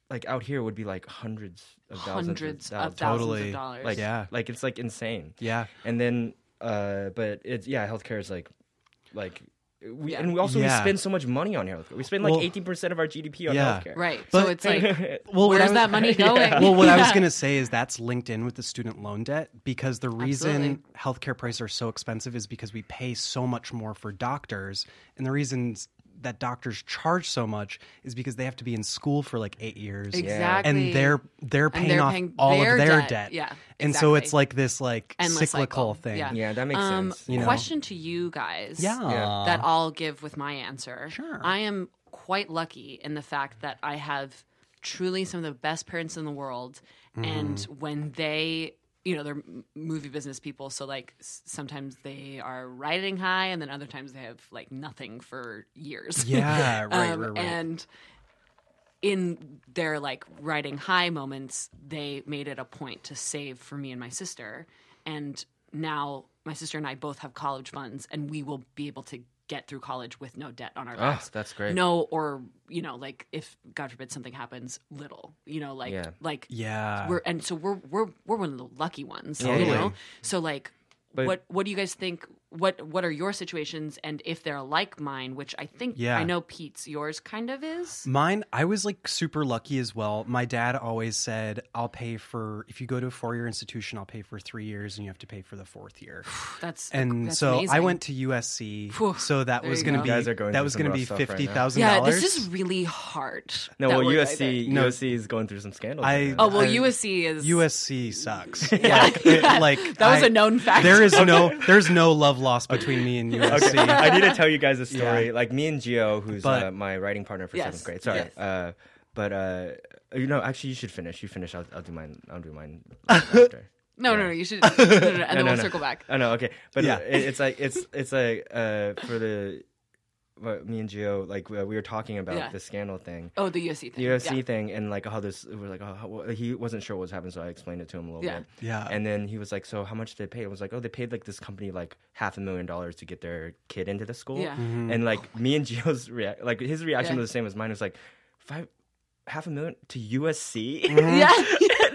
S3: like out here would be like hundreds of thousands
S2: hundreds
S3: of
S2: of
S3: thousands.
S2: thousands of
S1: Totally.
S2: dollars.
S3: Like
S1: Yeah.
S3: like it's like insane.
S1: yeah.
S3: And then uh but it's yeah, healthcare is like like we,
S2: Yeah.
S3: and we also we
S1: Yeah.
S3: spend so much money on healthcare. We spend like
S1: Well-
S3: eighteen percent of our GDP on
S1: Yeah.
S3: healthcare.
S2: right. so
S1: But-
S3: [LAUGHS]
S2: it's like
S1: Well, what
S2: where's
S1: I was-
S2: that money going?
S1: Well, what I
S2: [LAUGHS]
S1: was
S2: Yeah.
S1: going to say is that's linked in with the student loan debt because the reason healthcare prices are so expensive is because we pay so much more for doctors. And the reasons that doctors charge so much is because they have to be in school for like eight years.
S2: exactly.
S1: And they're they're paying
S2: they're
S1: off
S2: paying
S1: all
S2: their
S1: of their
S2: debt.
S1: debt.
S2: Yeah,
S1: And so
S2: exactly.
S1: it's like this like
S2: Endless cycle.
S1: cyclical thing.
S2: Yeah.
S3: Yeah, that makes
S2: Um,
S3: sense.
S1: know?
S2: question to you guys.
S1: Yeah.
S3: Yeah.
S2: that I'll give with my answer.
S1: Sure.
S2: I am quite lucky in the fact that I have truly some of the best parents in the world.
S1: Mm-hmm.
S2: And when they, you know, they're m- movie business people. So, like, s- sometimes they are riding high, and then other times they have, like, nothing for years.
S1: Yeah, right,
S2: Um,
S1: right, right.
S2: And in their like riding high moments, they made it a point to save for me and my sister. And now my sister and I both have college funds, and we will be able to get through college with no debt on our
S3: Oh,
S2: backs.
S3: that's great.
S2: No, or you know, like if God forbid something happens, little, you know, like
S3: Yeah.
S2: like
S1: Yeah.
S2: we're and so we're we're we're one of the lucky ones,
S3: Totally.
S2: you know. So like,
S3: But-
S2: what what do you guys think? What what are your situations, and if they're like mine, which I think
S1: Yeah.
S2: I know Pete's yours kind of is.
S1: Mine, I was like super lucky as well. My dad always said, I'll pay for, if you go to a four year institution, I'll pay for three years and you have to pay for the fourth year.
S2: [SIGHS] That's
S1: And
S2: that's
S1: so I
S2: amazing.
S1: went to USC.
S2: Phew,
S1: so that
S2: there
S1: was
S2: you
S1: going to
S2: go.
S1: be,
S3: You guys are going
S1: that
S3: through
S1: was
S3: some
S1: going to
S3: rough
S1: be
S3: stuff right now.
S1: $50,000.
S2: Yeah, this is really hard.
S3: No,
S2: that
S3: well,
S2: we're-
S3: USC
S1: No.
S3: USC is going through some scandals.
S1: I-
S3: right now.
S2: Oh well,
S1: I-
S2: USC is
S1: USC
S2: [LAUGHS]
S1: sucks.
S2: Yeah.
S1: Like, it- like,
S2: That was
S1: I-
S2: a known fact.
S1: There is no, there's no love lost between me and USC.
S3: Okay, [LAUGHS] I need to tell you guys a
S1: [LAUGHS]
S3: story.
S1: Yeah.
S3: Like me and Gio, who's
S1: But-
S3: uh, my writing partner for
S2: Yes,
S3: seventh grade. Sorry,
S2: yes.
S3: uh, but uh, you know, actually, you should finish. You finish. I'll, I'll do mine. I'll
S1: [LAUGHS]
S3: do mine after.
S2: [LAUGHS] no, no, no. You should, no, no, no, and then
S3: No, no,
S2: we'll
S3: no.
S2: circle back.
S3: Oh no, okay, but
S1: Yeah.
S3: uh, it, it's like it's it's like uh, for the what me and Gio like we we were talking about
S2: Yeah.
S3: the scandal thing.
S2: Oh, the USC
S3: the
S2: thing.
S3: UFC
S2: yeah.
S3: thing and like how this we were like oh how, well, he wasn't sure what was happening so I explained it to him a little
S2: Yeah.
S3: bit
S1: Yeah.
S3: and then he was like so how much did they pay I was like oh they paid like this company like half a million dollars to get their kid into the school
S2: Yeah.
S1: Mm-hmm.
S3: and
S1: Mm.
S3: like me and Gio's [LAUGHS] react like his reaction
S2: Yeah.
S3: was the same as mine it was like five half a million to
S1: [LAUGHS]
S3: USC [LAUGHS]
S2: Yeah.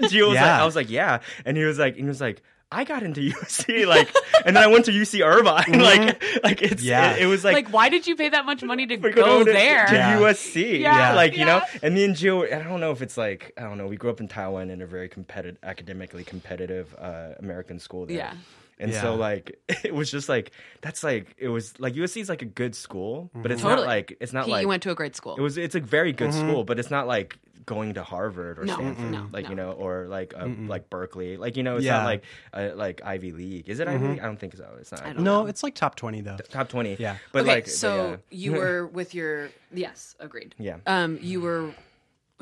S3: Gio
S1: Mm-hmm.
S3: was like
S1: Yeah.
S3: I was like yeah and he was like and he was like I got into [LAUGHS] USC like and then I went to UC Irvine [LAUGHS] like like it's
S1: Mm-hmm. Yeah.
S3: it, it was
S2: like, why did you pay that much
S1: [LAUGHS]
S2: money to
S3: [LAUGHS] we
S2: go,
S3: go, to,
S2: there?
S3: to
S1: Yeah.
S3: USC.
S2: Yeah,
S3: [LAUGHS] like you know.
S2: yeah.
S3: And me and Gio, I don't know if it's like I don't know. We grew up in Taiwan in a very competitive, academically competitive uh, American school there.
S2: Yeah.
S3: And so
S1: Yeah.
S3: like [LAUGHS] it was just like that's like it was like USC is like a good school, but it's not
S2: Totally.
S3: like it's not
S2: Pete,
S3: like
S2: you went to a great school.
S3: it was it's a very good
S1: Mm-hmm.
S3: school, but it's not like going to Harvard or
S2: No,
S3: Stanford,
S2: no,
S3: like you
S2: no.
S3: know, or like uh, like Berkeley, like you know, it's not
S1: Yeah. Mm-hmm.
S3: like uh, like Ivy League. Is it Ivy League? I don't think so. It's not.
S2: I don't
S1: no, it's like top 20 though.
S3: Top twenty.
S1: Yeah.
S3: But
S2: okay,
S3: like the,
S2: so
S3: [LAUGHS] uh,
S2: you were with your yes, agreed.
S3: Yeah.
S2: Um, you were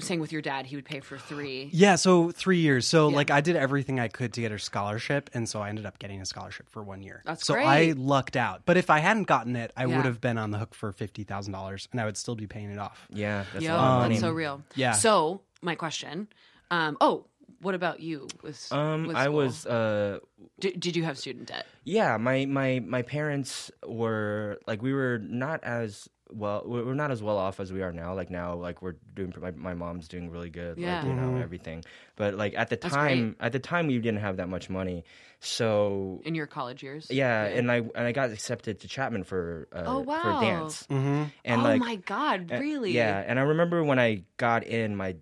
S2: saying with your dad he would pay for three.
S1: Yeah, so three years. So
S2: Yeah.
S1: like I did everything I could to get a scholarship, and so I ended up getting a scholarship for one year.
S2: That's
S1: so
S2: great.
S1: I lucked out. But if I hadn't gotten it, I
S2: Yeah.
S1: would have been on the hook for fifty thousand dollars, and I would still be paying it off.
S3: yeah, Um, that's a
S2: Yo,
S3: lot of money.
S2: that's uh, um, so real.
S1: Yeah.
S2: So my question, um, oh, what about you? With
S3: Um,
S2: with
S3: I
S2: school?
S3: was uh,
S2: Did, did you have student debt?
S3: yeah. My my my parents were like we were not as well. we We're not as well off as we are now. Like now, like we're doing. My, my mom's doing really good.
S2: Yeah.
S3: Like you know everything. But like at the
S2: That's
S3: time, at the time we didn't have that much money. So
S2: in your college years.
S3: yeah, and I and I got accepted to Chapman for uh,
S2: Oh, wow.
S3: for dance.
S1: Mm-hmm.
S3: And
S2: oh
S3: like
S2: my god,
S3: Uh,
S2: really?
S3: Yeah, and I remember when I got in, my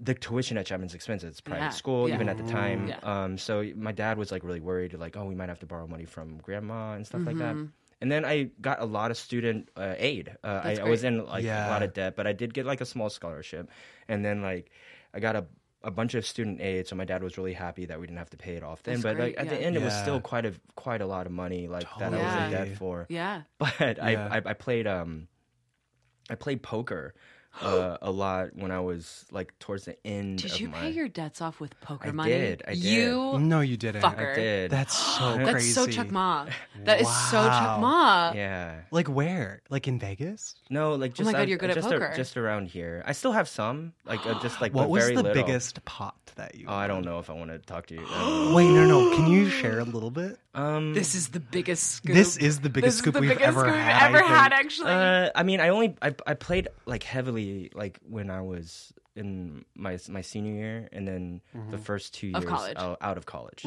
S3: the tuition at Chapman's expensive. It's private
S2: Yeah,
S3: school,
S2: yeah.
S3: even at the time.
S2: Yeah.
S3: Um, so my dad was like really worried, like, oh, we might have to borrow money from grandma and stuff like that.
S2: Mm-hmm.
S3: And then I got a lot of student uh, aid. Uh, I,
S2: That's
S3: I was
S2: great.
S3: in like a
S1: Yeah.
S3: lot of debt, but I did get like a small scholarship, and then like I got a. A bunch of student aid, so my dad was really happy that we didn't have to pay it off then.
S2: That's
S3: but
S2: great,
S3: like, at the
S2: yeah.
S3: end, it was
S1: Yeah.
S3: still quite a quite a lot of money, like that I was
S2: Totally.
S3: in debt for
S2: Yeah.
S3: [LAUGHS] but
S1: Yeah.
S3: I, I I played um I played
S1: [GASPS]
S3: poker uh, a lot when I was like towards the end.
S2: Did
S3: of
S2: you
S3: my,
S2: pay your debts off with poker
S3: I
S2: money?
S3: did, I did.
S2: You
S1: No, you didn't.
S2: Fuck.
S3: I did.
S2: [GASPS]
S1: That's so
S2: That's
S1: crazy.
S2: so Chuck Ma.
S3: [LAUGHS]
S2: That is so Chuck Ma.
S1: Wow.
S3: yeah.
S1: Like where? Like in Vegas?
S3: No, like
S2: Uh, Oh
S3: just
S2: my God,
S3: I-
S2: you're good at
S3: just,
S2: poker.
S3: just around here. I still have some, like uh, just like
S1: What
S3: but
S1: was
S3: very
S1: the
S3: little.
S1: biggest pot that you?
S3: Oh, I don't know if I want to talk to you.
S1: [GASPS]
S3: I don't know.
S1: Wait, no, no. Can
S2: [GASPS]
S1: you share a little bit?
S3: um,
S2: This is the biggest scoop.
S1: This is the biggest
S2: This is
S1: scoop
S2: the
S1: we've
S2: biggest
S1: ever
S2: scoop
S1: had. I
S2: We've ever
S1: think.
S2: had, actually.
S3: Uh, I mean, I only I, I played like heavily like when I was in my my senior year, and then
S1: Mm-hmm.
S3: the first two years
S2: Of college.
S3: Out, out of college,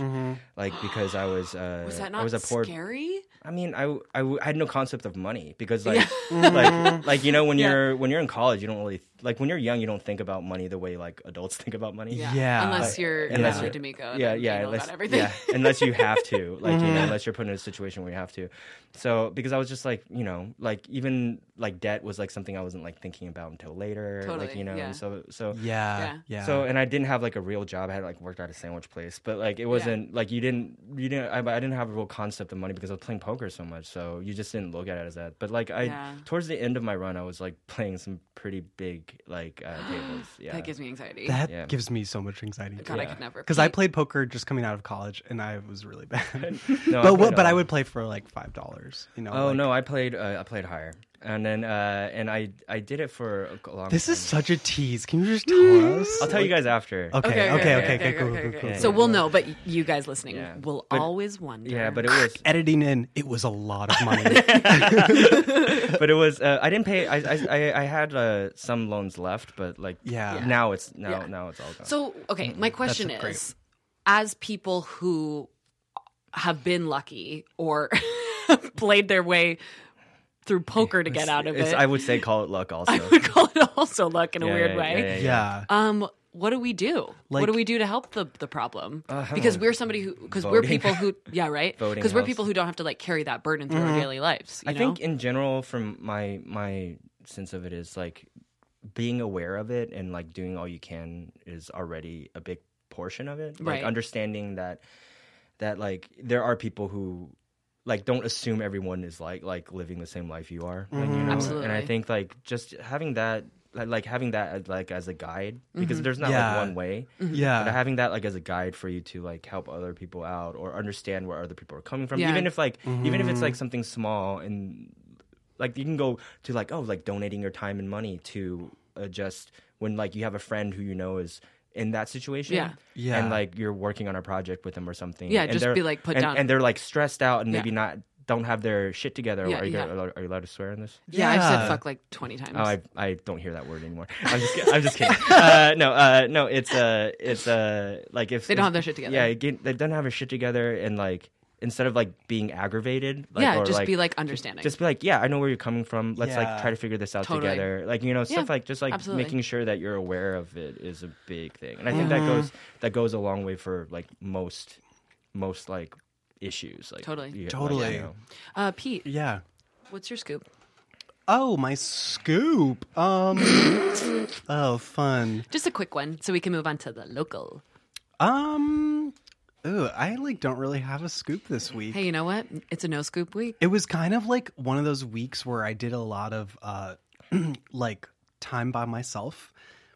S3: like because I was uh,
S2: was that
S3: I
S2: not
S3: was a poor
S2: scary?
S3: I mean, I, I, I had no concept of money because like
S2: [LAUGHS]
S3: like like you know when
S2: Yeah.
S3: you're when you're in college you don't really like when you're young you don't think about money the way like adults [LAUGHS] think about money.
S1: Yeah.
S2: Unless you're
S3: Unless
S2: unless
S3: you're-
S2: you're D'Amico. and
S3: Yeah,
S2: then
S3: yeah,
S2: anal
S3: unless,
S2: about everything. Mm-hmm.
S3: yeah, unless you
S2: [LAUGHS]
S3: have to, like you know, unless you're put in a situation where you have to. So because I was just like, you know, like even like debt was like something I wasn't like thinking about until later, like
S2: Totally,
S3: you know,
S2: yeah.
S3: and so so
S1: Yeah.
S2: Yeah.
S1: Yeah.
S3: so and I didn't have like a real job. I had like worked at a sandwich place, but like it wasn't like you didn't you didn't I, I didn't have a real concept of money because I was playing poker so much. So you just didn't look at it as that. But like I
S2: Yeah.
S3: towards the end of my run, I was like playing some pretty big like
S2: [GASPS]
S3: uh, tables.
S2: [LAUGHS]
S3: Yeah,
S2: That gives me anxiety.
S1: that
S3: Yeah.
S1: gives me so much anxiety.
S2: God, I could never.
S1: because I
S2: Pete,
S1: played poker just coming out of college, and I was really bad.
S3: [LAUGHS]
S1: [LAUGHS]
S3: No, I
S1: but what?
S3: played
S1: But I
S3: all-
S1: would play for like five dollars. You know.
S3: Oh
S1: like-
S3: no, I played uh, I played higher. and then uh, and I I did it for a long.
S1: This
S3: time.
S1: is such a tease. Can [LAUGHS] you just tell us?
S3: I'll tell you guys after.
S1: Okay, okay, okay, okay, cool, cool, cool, cool.
S2: So we'll know, but you guys listening
S3: Yeah.
S2: will
S3: But-
S2: always wonder.
S3: Yeah, but it
S2: [LAUGHS]
S3: was
S1: Editing in, it was a lot of money.
S3: but it was uh, I didn't pay. I I I, I had uh, some loans left, but like
S1: Yeah. Yeah.
S3: now it's now
S2: Yeah.
S3: now it's all gone.
S2: So, okay, my question is
S1: a great-
S2: as people who have been lucky or [LAUGHS] played their way through poker to get out of
S3: It's-
S2: it,
S3: I
S2: [LAUGHS]
S3: would say call it luck also.
S2: I would call it also luck in a
S3: Yeah,
S2: weird
S3: yeah,
S2: way.
S3: yeah, yeah.
S1: [LAUGHS] yeah.
S2: Um, what do we do?
S1: Like-
S2: what do we do to help the the problem?
S3: Uh, I
S2: because
S3: don't-
S2: we're somebody who because we're
S3: Voting.
S2: people
S1: [LAUGHS]
S2: who yeah right
S3: Voting
S2: because we're
S3: helps.
S2: people who don't have to like carry that burden through
S1: Mm-hmm.
S2: our daily lives.
S3: I
S2: you
S3: think
S2: know?
S3: in general, from my my sense of it, is like being aware of it and like doing all you can is already a big portion of it. Like
S2: Right.
S3: understanding that that like there are people who like don't assume everyone is like like living the same life you are. Like, you know? And I
S2: Absolutely.
S3: think like just having that like- like having that as, like as a guide because there's not
S1: Yeah.
S3: like one way.
S1: Yeah.
S3: But having that like as a guide for you to like help other people out or understand where other people are coming from,
S2: Yeah.
S3: even if like even if it's like something small and like you can go to like oh like donating your time and money to uh, just when like you have a friend who you know is in that situation
S2: Yeah.
S1: Yeah.
S3: and like you're working on a project with them or something
S2: Yeah,
S3: and
S2: just
S3: they're-
S2: be like, put
S3: and,
S2: down.
S3: and they're like stressed out and
S2: Yeah.
S3: maybe not don't have their shit together
S2: Yeah,
S3: are, you
S2: yeah.
S3: allowed- are you allowed to swear in this
S2: yeah, I've
S1: Yeah.
S2: said fuck like twenty times.
S3: Oh, I, I don't hear that word anymore. I'm just, kid- I'm just kidding. Uh, no, uh, no, it's uh, it's uh, like if
S2: They don't
S3: if-
S2: have their shit together.
S3: Yeah, get, they don't have their shit together, and like instead of like being aggravated, like,
S2: yeah,
S3: or,
S2: just be like understanding.
S3: just be like, yeah, I know where you're coming from. Let's
S1: Yeah.
S3: like try to figure this out
S2: Totally.
S3: together. Like you know, stuff
S2: Yeah,
S3: like just like
S2: absolutely.
S3: making sure that you're aware of it is a big thing, and I think that goes that goes a long way for like most most like issues. Like
S2: Totally.
S3: you- like, you
S1: Totally.
S3: know.
S2: uh, Pete,
S1: yeah.
S2: what's your scoop?
S1: Oh, my scoop. [LAUGHS] Um. oh, fun.
S2: Just a quick one, so we can move on to the local.
S1: Um. Ooh, I like don't really have a scoop this week.
S2: Hey, you know what? It's a no scoop week.
S1: It was kind of like one of those weeks where I did a lot of uh [CLEARS THROAT] like time by myself,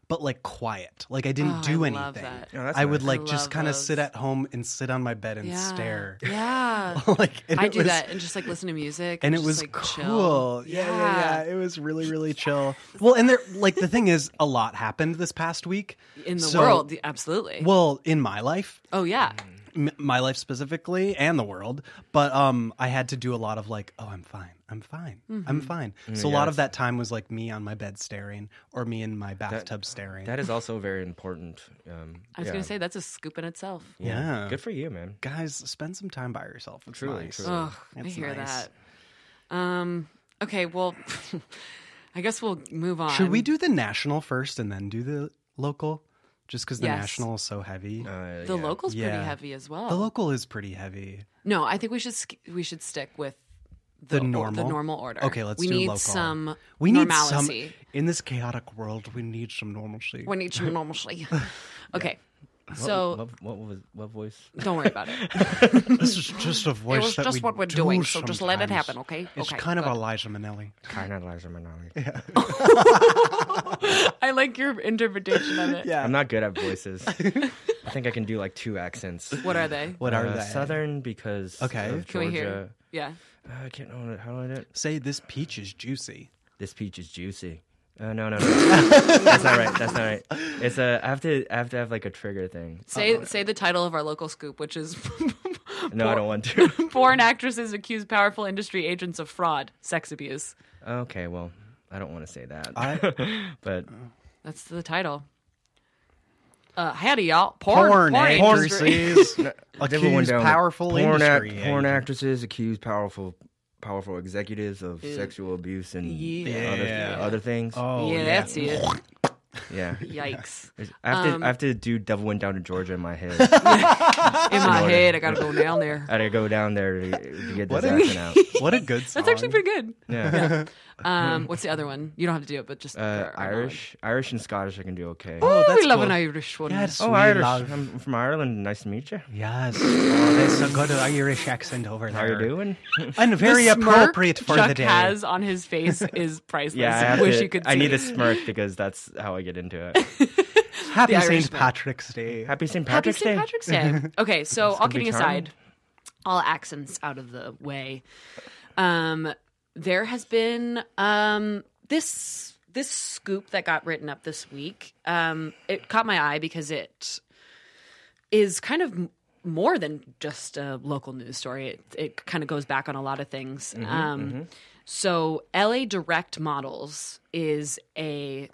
S1: but like quiet. Like I didn't
S2: Oh,
S1: do
S2: I
S1: anything.
S2: love that.
S3: Oh, that's
S1: I would
S3: nice.
S1: like
S2: I
S1: just
S2: love
S1: kind of
S2: those.
S1: sit at home and sit on my bed and
S2: Yeah.
S1: stare. [LAUGHS]
S2: Yeah.
S1: like and
S2: I
S1: it
S2: do
S1: was-
S2: that and just like listen to music.
S1: And it
S2: just,
S1: was
S2: like,
S1: cool.
S2: Chill.
S1: Yeah, yeah, yeah. It was really,
S2: [LAUGHS]
S1: really chill. Well, and there, like, the thing is, a lot happened this past week
S2: In the
S1: So-
S2: world, absolutely.
S1: Well, Mm, in my life,
S2: oh yeah.
S1: m- my life specifically and the world but um i had to do a lot of like oh i'm fine i'm fine
S2: Mm-hmm.
S1: i'm fine
S3: Mm-hmm.
S1: so a lot of that time was like me on my bed staring or me in my bathtub staring
S3: That is also very important. Um,
S2: I was
S3: yeah.
S2: gonna say that's a scoop in itself.
S3: Yeah.
S1: Yeah.
S3: Good for you, man.
S1: guys spend some time by yourself it's
S3: Truly,
S1: nice.
S3: truly.
S2: Ugh, I
S1: That's
S2: hear
S1: nice.
S2: that. Um. Okay. [LAUGHS] Well, I guess we'll move on.
S1: should we do the national first and then do the local just because the
S2: Yes.
S1: national is so heavy
S3: Uh,
S2: The
S3: yeah.
S2: local's
S1: Yeah.
S2: pretty heavy as well.
S1: the local is pretty heavy
S2: no, I think we should sk- we should stick with
S1: the,
S2: or-
S1: normal
S2: the normal order.
S1: okay let's
S2: we
S1: do
S2: need
S1: local
S2: some
S1: we need
S2: normalcy.
S1: some in this chaotic world we need some normalcy
S2: We need some [LAUGHS] normalcy. Okay.
S3: What-
S2: So
S3: what, what was what voice?
S2: don't worry about it.
S1: This is just a voice.
S2: was
S1: that
S2: just
S1: we
S2: what we're
S1: do
S2: doing, so just let it
S1: sometimes.
S2: happen, okay?
S1: It's
S2: Okay,
S1: kind of
S2: good.
S1: Elijah Minnelli.
S3: Kind of Liza [LAUGHS] Minnelli.
S2: [LAUGHS] I like your interpretation of it.
S1: Yeah.
S3: I'm not good at voices.
S2: [LAUGHS]
S3: I think I can do like two accents.
S2: What are they?
S1: What are
S3: Uh,
S1: they?
S3: Southern because
S1: Okay.
S3: of
S2: Can we
S3: Georgia.
S2: hear? Yeah.
S3: Uh, I can't know how do I do it.
S1: Say this peach is [LAUGHS] juicy.
S3: This peach is juicy. Uh, no, [LAUGHS] no, no. That's not right. That's not right. It's a. I have to. I have to have like a trigger thing.
S2: Say say the title of our local scoop, which [LAUGHS] is
S3: No, I don't want to.
S2: [LAUGHS] Foreign actresses accuse powerful industry agents of fraud, sex abuse.
S3: okay, well, I don't want to say that. but
S2: That's the title. Uh, howdy, y'all. Porn,
S1: Porn,
S2: industry. [LAUGHS]
S1: [LAUGHS] actresses
S3: Give it one
S1: accuse
S3: down.
S1: powerful
S3: porn act-
S1: industry.
S3: porn actresses accuse powerful powerful executives of sexual abuse and
S2: Yeah.
S3: other
S1: Yeah.
S3: other things.
S1: Oh,
S2: yeah,
S1: yeah.
S2: that's it.
S3: Yeah.
S1: [LAUGHS]
S2: Yikes.
S3: I have
S2: Um,
S3: to I have to do Devil Went Down to Georgia in my
S2: [LAUGHS]
S3: head. I
S2: In my head, I gotta go down
S1: [LAUGHS]
S2: there.
S3: gotta go down there to, to get
S1: What
S3: this
S1: a- [LAUGHS]
S3: action out.
S1: What a good
S2: [LAUGHS]
S1: song.
S2: That's actually pretty
S1: [LAUGHS]
S2: good.
S3: Yeah.
S2: Um, what's the other one? You don't have to do it, but just
S3: Uh,
S2: for our knowledge.
S3: Irish Irish and Scottish I can do okay.
S1: Oh,
S2: Oh,
S1: that's
S2: we love
S1: cool.
S2: an Irish one.
S1: Yes,
S3: Oh,
S1: we
S3: Irish.
S1: love-
S3: I'm from Ireland. Nice to meet you.
S2: [LAUGHS]
S1: Yes. Oh, there's a good Irish accent over
S3: How
S1: there.
S3: you
S1: [LAUGHS]
S3: doing?
S1: And
S2: The
S1: very
S2: smirk
S1: appropriate for
S2: Chuck
S1: the day.
S2: has on his
S1: [LAUGHS]
S2: face is priceless.
S3: yeah, I have
S2: wish
S3: to-
S2: you could. See.
S3: I need a smirk because that's how I get into
S2: [LAUGHS]
S3: it.
S1: Happy
S2: the
S1: St.
S2: Irishman.
S1: Patrick's Day.
S3: Happy St.
S2: Happy
S3: Patrick's
S2: St.
S3: Day.
S2: Patrick's Day.
S3: [LAUGHS]
S2: Okay, so all
S3: gonna be
S2: kidding
S3: charming.
S2: aside, all accents out of the way. Um, there has been um, this this scoop that got written up this week. Um, it caught my eye because it is kind of m- more than just a local news story. It it kind of goes back on a lot of things.
S3: Mm-hmm,
S2: um, So LA Direct Models is a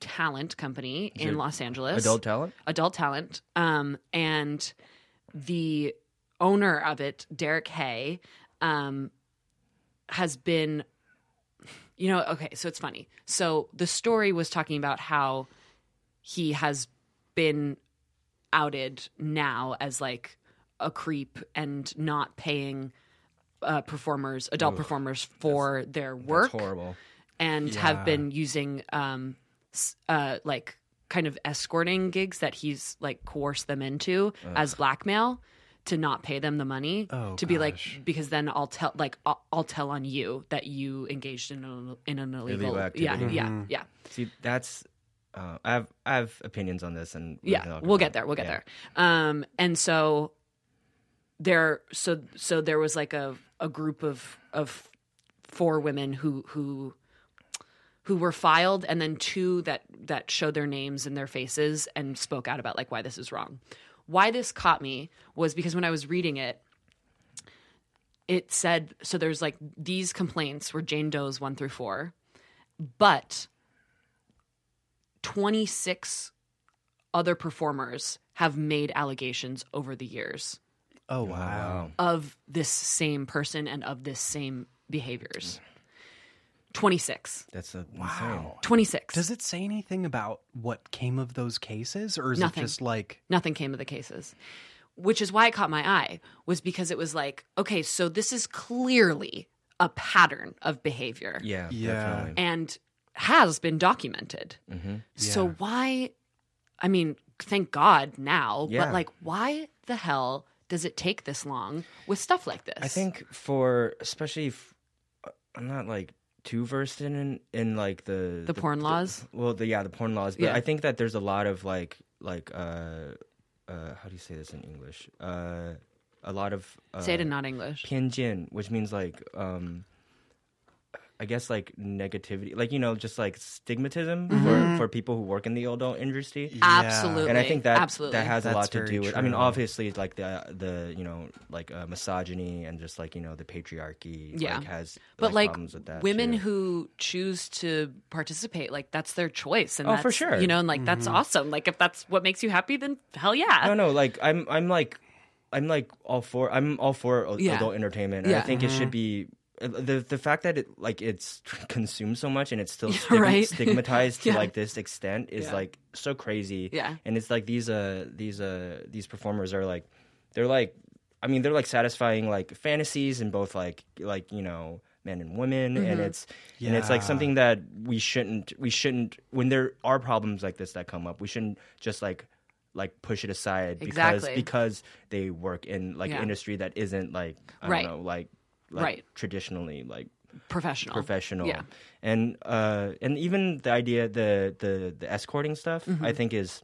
S2: talent company in Los Angeles
S3: Adult talent?
S2: adult talent. Um, and the owner of it, Derek Hay, um, has been, you know, okay, so it's funny. So the story was talking about how he has been outed now as like a creep and not paying uh, performers, adult performers, for their work
S3: That's horrible.
S2: and
S1: Yeah.
S2: have been using um s- uh like kind of escorting gigs that he's like coerced them into as blackmail to not pay them the money
S1: Oh,
S2: to be
S1: gosh.
S2: like because then I'll tell like I'll, I'll tell on you that you engaged in an, in an illegal,
S3: Illegal
S2: yeah
S3: activity.
S2: yeah yeah
S3: See, that's. Uh, I have I have opinions on this, and we can
S2: yeah
S3: talk
S2: we'll
S3: about
S2: get
S3: it.
S2: there we'll get
S3: Yeah.
S2: there um and so there so so there was like a a group of of four women who who who were filed and then two that that showed their names and their faces and spoke out about like why this is wrong why this caught me was because when i was reading it it said so there's like these complaints were jane doe's 1 through 4 but 26 other performers have made allegations over the years
S1: Oh
S3: Wow.
S2: of this same person and of this same behaviors. 26.
S3: That's uh, a,
S1: Wow.
S2: 26.
S1: Does it say anything about what came of those cases, or is
S2: Nothing.
S1: it just like
S2: Nothing came of the cases. Which is why it caught my eye was because it was like, okay, so this is clearly a pattern of behavior
S3: insane. Yeah,
S1: Yeah.
S3: definitely.
S2: and has been documented.
S3: Mm-hmm.
S2: So
S1: Yeah.
S2: why I mean, thank God now,
S3: Yeah.
S2: but like why the hell does it take this long with stuff like this?
S3: I think for especially, if, uh, I'm not like too versed in in, in like the
S2: the porn laws.
S3: well, the yeah, the porn laws. But
S2: Yeah.
S3: I think that there's a lot of like like uh, uh, how do you say this in English? Uh, a lot of uh,
S2: Say it in not English.
S3: Pianjin, which means like um I guess like negativity, like you know, just like stigmatism
S2: Mm-hmm.
S3: for, for people who work in the adult industry.
S2: Absolutely.
S3: And I think that
S2: Absolutely.
S3: that has a
S1: That's
S3: lot to
S1: very
S3: do with. I mean,
S1: true.
S3: obviously, like the the you know like uh, misogyny and just like you know the patriarchy.
S2: Yeah.
S3: like, has
S2: but like,
S3: problems with that
S2: women
S3: too.
S2: who choose to participate, like that's their choice, and
S3: Oh,
S2: that's,
S3: for sure. Mm-hmm.
S2: you know, and like that's awesome. Like if that's what makes you happy, then hell yeah.
S3: No, no, like I'm, I'm like, I'm like all for, I'm all for a-
S2: Yeah.
S3: adult entertainment. And
S2: Yeah.
S3: I think it should be the the fact that it like it's [LAUGHS] consumed so much and it's
S2: [LAUGHS]
S3: still
S2: Yeah,
S3: stigma-
S2: right. [LAUGHS]
S3: stigmatized
S2: Yeah.
S3: to like this extent is
S2: Yeah.
S3: like so crazy.
S2: Yeah.
S3: and it's like these uh these uh these performers are like, they're like, I mean they're like satisfying like fantasies in both like like you know men and women and
S2: Mm-hmm.
S3: it's and it's like
S1: Yeah.
S3: something that we shouldn't we shouldn't when there are problems like this that come up we shouldn't just like like push it aside because
S2: Exactly.
S3: because they work in like
S2: Yeah.
S3: an industry that isn't like I
S2: Right.
S3: don't know like, like
S2: Right.
S3: traditionally like
S2: professional,
S3: professional
S2: Yeah.
S3: and uh and even the idea the the the escorting stuff
S2: Mm-hmm.
S3: I think is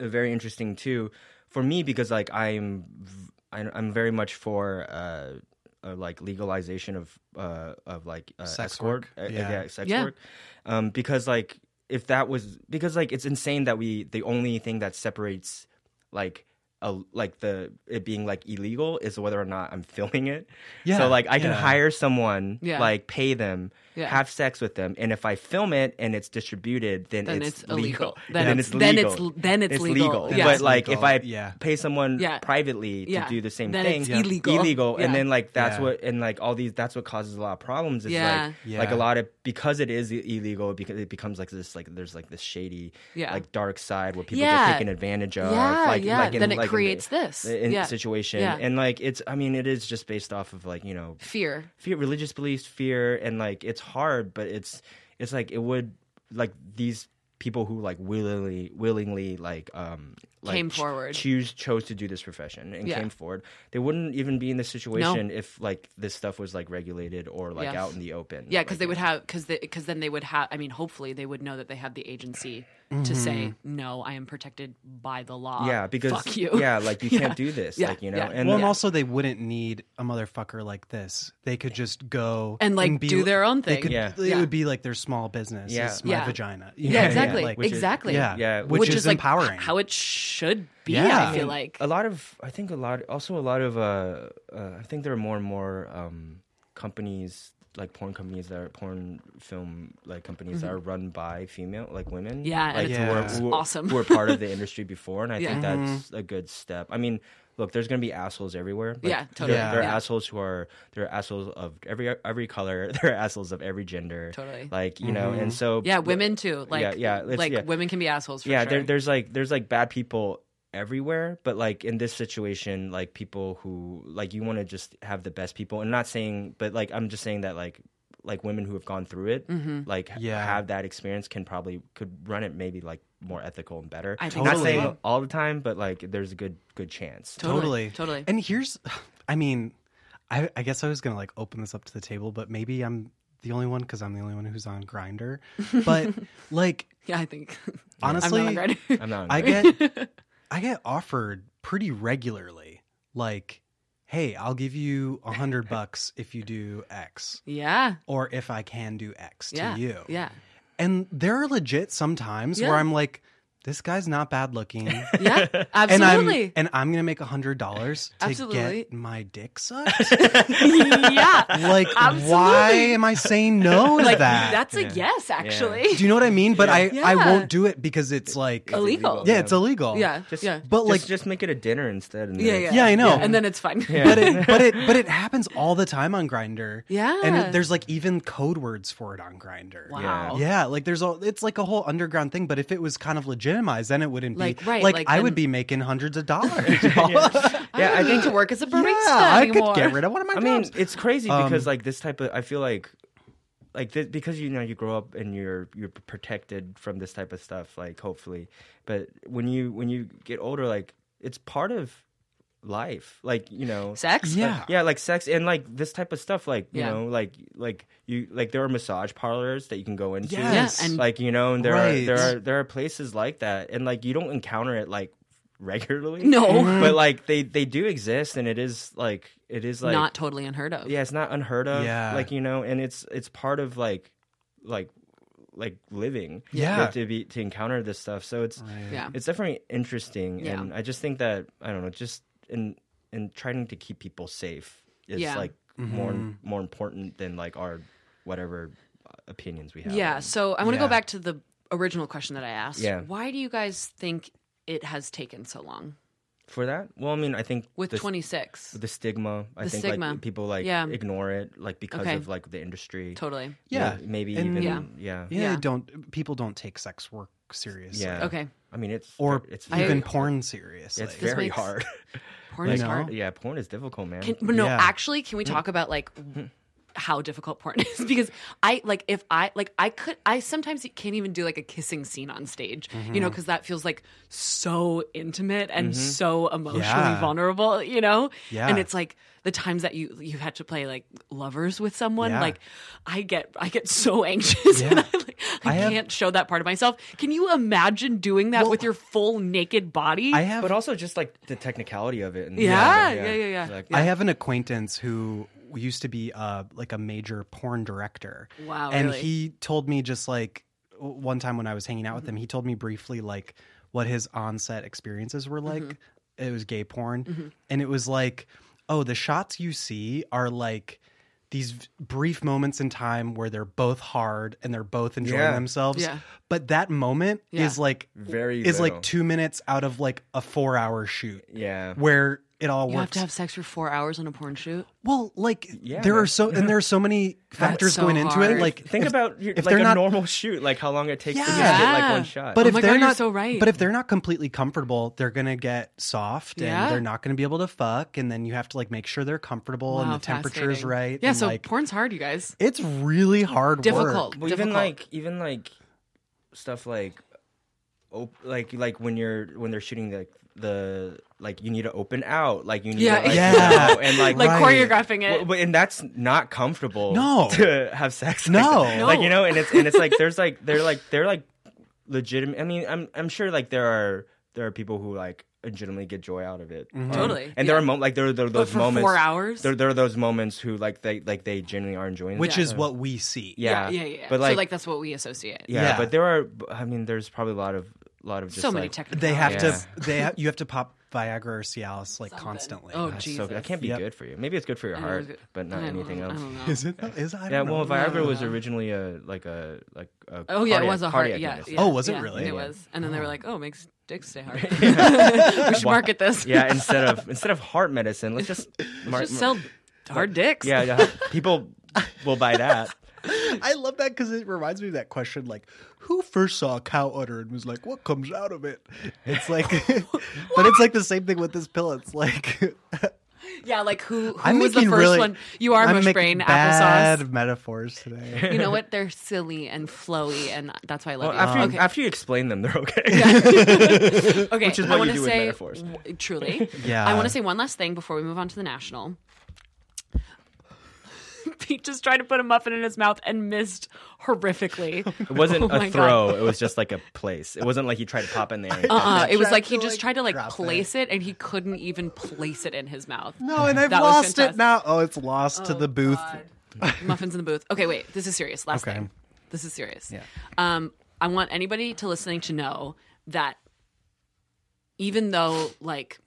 S3: very interesting too for me because like I'm v- I- I'm very much for uh, uh like legalization of uh of like uh,
S1: Sex
S3: escort
S1: work.
S3: uh,
S1: Yeah.
S3: yeah. sex
S2: Yeah.
S3: work um because like if that was because like it's insane that we the only thing that separates like a, like the it being like illegal is whether or not I'm [LAUGHS] filming it.
S1: Yeah,
S3: So like I can
S1: yeah.
S3: hire someone,
S2: Yeah.
S3: like pay them,
S2: Yeah.
S3: have sex with them, and if I film it and it's distributed, then,
S2: then it's
S3: it's,
S2: [LAUGHS]
S3: [LAUGHS]
S2: illegal.
S3: Then,
S2: Then,
S3: it's
S2: then
S3: legal.
S2: it's then it's, legal.
S1: Then
S2: Yeah.
S3: But uh, like
S1: legal,
S3: if I
S1: yeah.
S3: pay someone
S2: Yeah.
S3: privately to
S2: Yeah.
S3: do the same
S2: Then
S3: thing,
S2: it's Yeah. illegal. Yeah.
S3: and then like that's
S1: Yeah.
S3: what and like all these that's what causes a lot of problems. Is
S2: Yeah.
S3: like
S1: Yeah.
S3: like a lot of because it is i- illegal because it becomes like this like there's like this shady
S2: Yeah.
S3: like dark side where people
S2: Yeah.
S3: get taken advantage of.
S2: Yeah,
S3: like,
S2: yeah.
S3: Like in,
S2: Then it
S3: like in the-
S2: creates this.
S3: in
S2: Yeah.
S3: situation
S2: Yeah.
S3: and like it's I mean it is just based off of like you know
S2: fear.
S3: fear religious beliefs fear and like it's hard but it's it's like it would like these people who like willingly willingly like um like
S2: Came
S3: ch-
S2: forward.
S3: choose chose to do this profession and
S2: Yeah.
S3: came forward they wouldn't even be in this situation if like this stuff was like regulated or like
S2: Yeah.
S3: out in the open
S2: Yeah, because
S3: Like,
S2: they would have because because then they would have. I mean, hopefully they would know that they have the agency to say no. I am protected by the law.
S3: Mm-hmm. yeah, because
S2: fuck you.
S3: yeah, like you can't do this,
S2: [LAUGHS] Yeah,
S3: like you know,
S2: yeah.
S3: and
S1: Well, and also they wouldn't need a motherfucker like this. They could just go
S2: And, like, do their own
S1: They
S2: thing.
S1: could,
S3: Yeah.
S1: it
S2: Yeah.
S1: would be like their small business.
S3: Yeah.
S1: It's my
S2: Yeah.
S1: vagina. you
S2: Yeah,
S1: know what I mean?
S2: exactly,
S1: Like,
S3: Which is-
S2: exactly.
S1: yeah,
S3: Yeah,
S1: which,
S2: which
S1: is,
S2: like
S1: empowering.
S2: how it should be.
S1: Yeah.
S2: I feel like
S3: a lot of i think a lot also a lot of uh, uh i think there are more and more um companies like porn companies that are porn film like companies that are run by female like women
S2: Mm-hmm. Yeah, and
S3: like
S1: it's-
S3: who are-
S1: it's
S3: who are-
S2: awesome.
S3: who are part of the industry before and i
S2: Yeah.
S3: think that's a good step i mean look there's gonna be assholes everywhere Like,
S2: Yeah,
S3: there-
S2: totally.
S3: there, are
S2: Yeah.
S3: assholes who are there are assholes of every every color [LAUGHS] there are assholes of every gender
S2: Totally.
S3: like you know and so
S2: yeah, women too. Like
S3: yeah, it's-
S2: like
S3: yeah.
S2: women can be assholes. For
S3: yeah
S2: sure.
S3: there, there's like there's like bad people everywhere but like in this situation like people who like you want to just have the best people and not saying but like i'm just saying that like like women who have gone through it
S2: Mm-hmm.
S3: like h-
S1: Yeah.
S3: have that experience can probably could run it maybe like more ethical and better
S2: I think
S3: not
S1: Totally.
S3: saying all the time but like there's a good good chance
S2: Totally,
S1: totally,
S2: totally.
S1: And here's, [SIGHS] I mean, I, I guess I was gonna like open this up to the table, but maybe I'm the only one because I'm the only one who's on Grinder. But
S2: [LAUGHS]
S1: like,
S2: yeah, I think [LAUGHS]
S1: honestly,
S2: I'm not a writer. [LAUGHS]
S3: i'm not
S1: I get I get offered pretty regularly, like, hey, I'll give you a hundred bucks if you do X,
S2: yeah,
S1: or if I can do X
S2: yeah,
S1: to you.
S2: yeah,
S1: And there are legit sometimes
S2: Yeah.
S1: where I'm like, this guy's not
S2: [LAUGHS]
S1: bad looking.
S2: yeah.
S1: [LAUGHS] And I'm,
S2: Absolutely.
S1: and I'm gonna make a hundred dollars to
S2: Absolutely.
S1: get my
S2: [LAUGHS]
S1: dick sucked.
S2: yeah.
S1: like, why
S2: Absolutely.
S1: am I saying no to
S2: Like
S1: that?
S2: that's a
S3: Yeah.
S2: yes, actually.
S1: [LAUGHS] do you know what I mean? But I, I
S2: Yeah.
S1: won't do it because it's like
S2: Illegal.
S1: Yeah, it's illegal.
S2: Yeah,
S3: just,
S2: yeah,
S1: But,
S3: just-
S1: like-
S2: [LAUGHS]
S3: just, make it a dinner instead and then
S2: yeah, yeah,
S3: it's-
S1: Yeah, I know.
S2: and then it's fine.
S3: [LAUGHS] Yeah.
S1: but it but it but it happens all the time on grinder
S2: Yeah.
S1: and it, there's like even code words for it on grinder
S2: Wow.
S1: yeah like there's all it's like a whole underground thing but if it was kind of legitimized then it wouldn't
S2: Like,
S1: be
S2: right,
S1: like,
S2: like,
S1: i
S2: then-
S1: would be making
S2: [LAUGHS]
S1: hundreds of dollars [LAUGHS]
S2: I
S3: Yeah,
S2: don't
S3: I
S2: need
S3: think-
S2: to work as a barista
S1: yeah, i
S2: anymore. [LAUGHS]
S1: could get rid of one of my
S3: I mean,
S1: jobs
S3: it's crazy
S1: Um,
S3: because like this type of I feel like like this, because you know you grow up and you're you're protected from this type of stuff like hopefully. But when you when you get older like it's part of life. Like, you know,
S2: Sex?
S1: Yeah.
S3: yeah, like sex and like this type of stuff like, you
S2: ah. Yeah.
S3: know, like like you like there are massage parlors that you can go into.
S1: Yes.
S2: Yeah, and-
S3: like, you know, and there are
S1: Right.
S3: there are there are places like that and like you don't encounter it like [LAUGHS] regularly.
S2: No. [LAUGHS]
S3: But like they they do exist and it is like it is like
S2: Not totally unheard of.
S3: yeah it's not unheard of
S1: Yeah.
S3: like you know and it's it's part of like like like living
S1: Yeah.
S3: like, to be to encounter this stuff so it's
S2: Yeah.
S3: it's definitely interesting
S2: Yeah.
S3: and i just think that i don't know just in in trying to keep people safe is
S2: Yeah.
S3: like more
S1: Mm-hmm.
S3: more important than like our whatever opinions we have
S2: Yeah. So I want to go
S1: Yeah.
S2: back to the original question that I asked.
S3: Yeah.
S2: Why do you guys think it has taken so long
S3: for that well i mean i think
S2: with
S3: the,
S2: 26?
S3: the stigma i
S2: The
S3: think
S2: stigma.
S3: like people like
S2: Yeah.
S3: ignore it like because
S2: Okay.
S3: of like the industry
S2: Totally.
S1: yeah
S3: maybe
S1: And-
S3: even
S2: Yeah.
S3: yeah
S1: yeah,
S2: Yeah.
S1: They don't people don't take sex work seriously
S3: Yeah.
S2: Okay.
S3: I mean, it's
S1: or
S3: it's
S1: even
S3: very-
S1: porn seriously
S3: It's
S2: This
S3: very
S2: makes-
S3: hard.
S2: Porn is
S1: Like,
S2: hard.
S3: yeah, porn is difficult, man.
S2: Can, but no,
S1: Yeah. Hmm.
S2: actually, can we talk about
S1: [LAUGHS]
S2: like how difficult porn is? [LAUGHS] because I like if I like I could I sometimes can't even do like a kissing scene on stage, you
S1: Mm-hmm.
S2: know, because that feels like so intimate and so emotionally
S1: Yeah.
S2: vulnerable, you know.
S1: Yeah.
S2: And it's like the times that you you had to play like lovers with someone,
S1: Yeah.
S2: like I get I get so [LAUGHS] anxious and I, like, I,
S1: I have-
S2: can't show that part of myself. Can you imagine doing that with your full naked body?
S1: i have
S3: [LAUGHS] but also just like the technicality of it. And
S2: Yeah, yeah, yeah, yeah.
S3: Like,
S1: I have an acquaintance who used to be uh, like a major porn director.
S2: Wow,
S1: And
S2: Oh, really?
S1: he told me just like w- one time when I was hanging out
S2: Mm-hmm.
S1: with him, he told me briefly like what his onset experiences were like.
S2: Mm-hmm.
S1: It was gay porn, and it was like, oh, the shots you see are like these v- brief moments in time where they're both hard and they're both enjoying
S3: Yeah.
S1: themselves.
S2: Yeah.
S1: But that moment
S2: Yeah.
S1: is like
S3: Very
S1: is
S3: little.
S1: like two minutes out of like a four hour shoot
S3: yeah.
S1: where it all
S2: you
S1: works
S2: have to have sex for four hours on a porn shoot.
S1: well, like
S3: Yeah,
S1: there are
S3: man.
S1: so and there are so
S2: [LAUGHS]
S1: many factors
S2: so
S1: going into
S2: hard.
S1: it. Like
S3: Think
S1: if-
S3: about your,
S1: if
S3: like
S1: they're
S3: a
S1: not-
S3: normal shoot, like how long it takes to just
S1: Yeah.
S3: get like
S2: Yeah.
S3: one shot.
S1: but
S2: Oh
S1: if
S2: my
S1: they're
S2: God, you're
S1: not
S2: so right.
S1: But if they're not completely comfortable, they're gonna get soft
S2: Yeah.
S1: and they're not gonna be able to fuck. And then you have to like make sure they're comfortable and
S2: Wow,
S1: the temperature is
S2: fascinating.
S1: right.
S2: Yeah,
S1: and,
S2: so
S1: like,
S2: porn's hard, you
S1: [LAUGHS]
S2: guys.
S1: it's really hard
S2: Difficult.
S1: work.
S3: Well, even
S2: difficult.
S3: like even like stuff like op- like like when you're when they're shooting like the like you need to open out, like you need
S2: Yeah.
S3: to, like,
S1: Yeah.
S3: you know, and like
S2: like
S1: Right.
S2: choreographing it.
S3: Well, but and that's not comfortable.
S1: No.
S3: [LAUGHS] to have sex. like
S2: [LAUGHS]
S1: No.
S3: [LAUGHS] that. like you know, and it's and it's like there's like they're like they're like legitimate. I mean, I'm I'm sure like there are there are people who like legitimately get joy out of it.
S1: Mm-hmm.
S3: Um,
S2: Totally,
S3: And there
S2: yeah.
S3: are mo- like there are, there are
S2: But
S3: those
S2: for
S3: moments.
S2: four hours?
S3: There there are those moments who like they like they genuinely are enjoying
S1: which
S3: it.
S1: is what we see.
S3: yeah.
S2: yeah, yeah, yeah.
S3: But
S2: so
S3: like,
S2: like that's what we associate.
S3: yeah,
S1: Yeah.
S3: But there are. I mean, there's probably a lot of lot of just
S2: so many
S3: like-
S2: technical.
S1: They have
S3: Oh, Yeah.
S1: to. [LAUGHS] They ha- you have to pop Viagra or Cialis like constantly.
S2: Oh,
S3: That's
S2: Jesus.
S3: So good. That can't be
S1: Yep.
S3: good for you. Maybe it's good for your
S2: I know,
S3: heart,
S2: it's good.
S3: but not
S2: I don't-
S3: anything
S2: I
S3: else. [LAUGHS]
S2: don't know.
S1: Is it? though? Is I
S3: Yeah,
S1: don't
S3: well,
S1: know.
S3: Viagra was
S2: No.
S3: originally a like a like a
S2: Oh yeah,
S3: cardiac-
S2: it was a heart.
S3: cardiac
S2: Yeah,
S3: medicine.
S2: yeah,
S1: Oh, was it
S2: yeah,
S1: really?
S2: It
S1: Yeah.
S2: was. And then they were like, "Oh, it makes dicks stay
S3: [LAUGHS]
S2: hard." we should market this.
S3: yeah. Instead of instead of heart medicine, let's just,
S2: [LAUGHS]
S3: mar-
S2: just sell hard dicks.
S3: Yeah, yeah, people will buy that.
S1: [LAUGHS] I love that because it reminds me of that question like, who first saw a cow udder and was like, what comes out of it?
S2: [LAUGHS]
S1: It's like, [LAUGHS] but it's like the same thing with this pill. It's like,
S2: [LAUGHS] yeah. Like who? Who
S1: I'm
S2: was the
S1: making
S2: first
S1: really-
S2: one? You are
S1: I'm
S2: mush
S1: making
S2: brain
S1: bad
S2: applesauce.
S1: metaphors today.
S2: [LAUGHS] You know
S1: [LAUGHS]
S2: what? They're silly and flowy, and that's why I love
S3: Well,
S2: you.
S3: after you,
S2: okay,
S3: after you explain them, they're okay.
S2: okay.
S3: which is
S2: I
S3: what you
S2: want
S3: do
S2: to
S3: with
S2: say
S3: metaphors.
S2: w- truly.
S3: [LAUGHS]
S1: Yeah.
S2: I want to say one last thing before we move on to the national. [LAUGHS] Pete just tried to put a muffin in his mouth and missed
S1: [LAUGHS]
S2: horrifically.
S3: [LAUGHS] It
S2: [LAUGHS]
S3: wasn't
S2: Oh my
S3: a
S2: God.
S3: throw. It was just like a place. It wasn't like he tried to pop in there. and-
S1: [LAUGHS]
S2: Uh, it was
S1: tried
S2: like
S1: to,
S2: he just
S1: like,
S2: tried to like
S1: drop
S2: place it. and he couldn't even place it in his mouth.
S1: No, and I've
S2: That was
S1: lost it
S2: fantastic.
S1: now. Oh, it's lost to the booth.
S2: God. [LAUGHS] Muffins in the booth. Okay, wait. This is serious. Last
S1: Okay.
S2: thing. This is serious. Yeah. Um, I want anybody to listening to know that even though like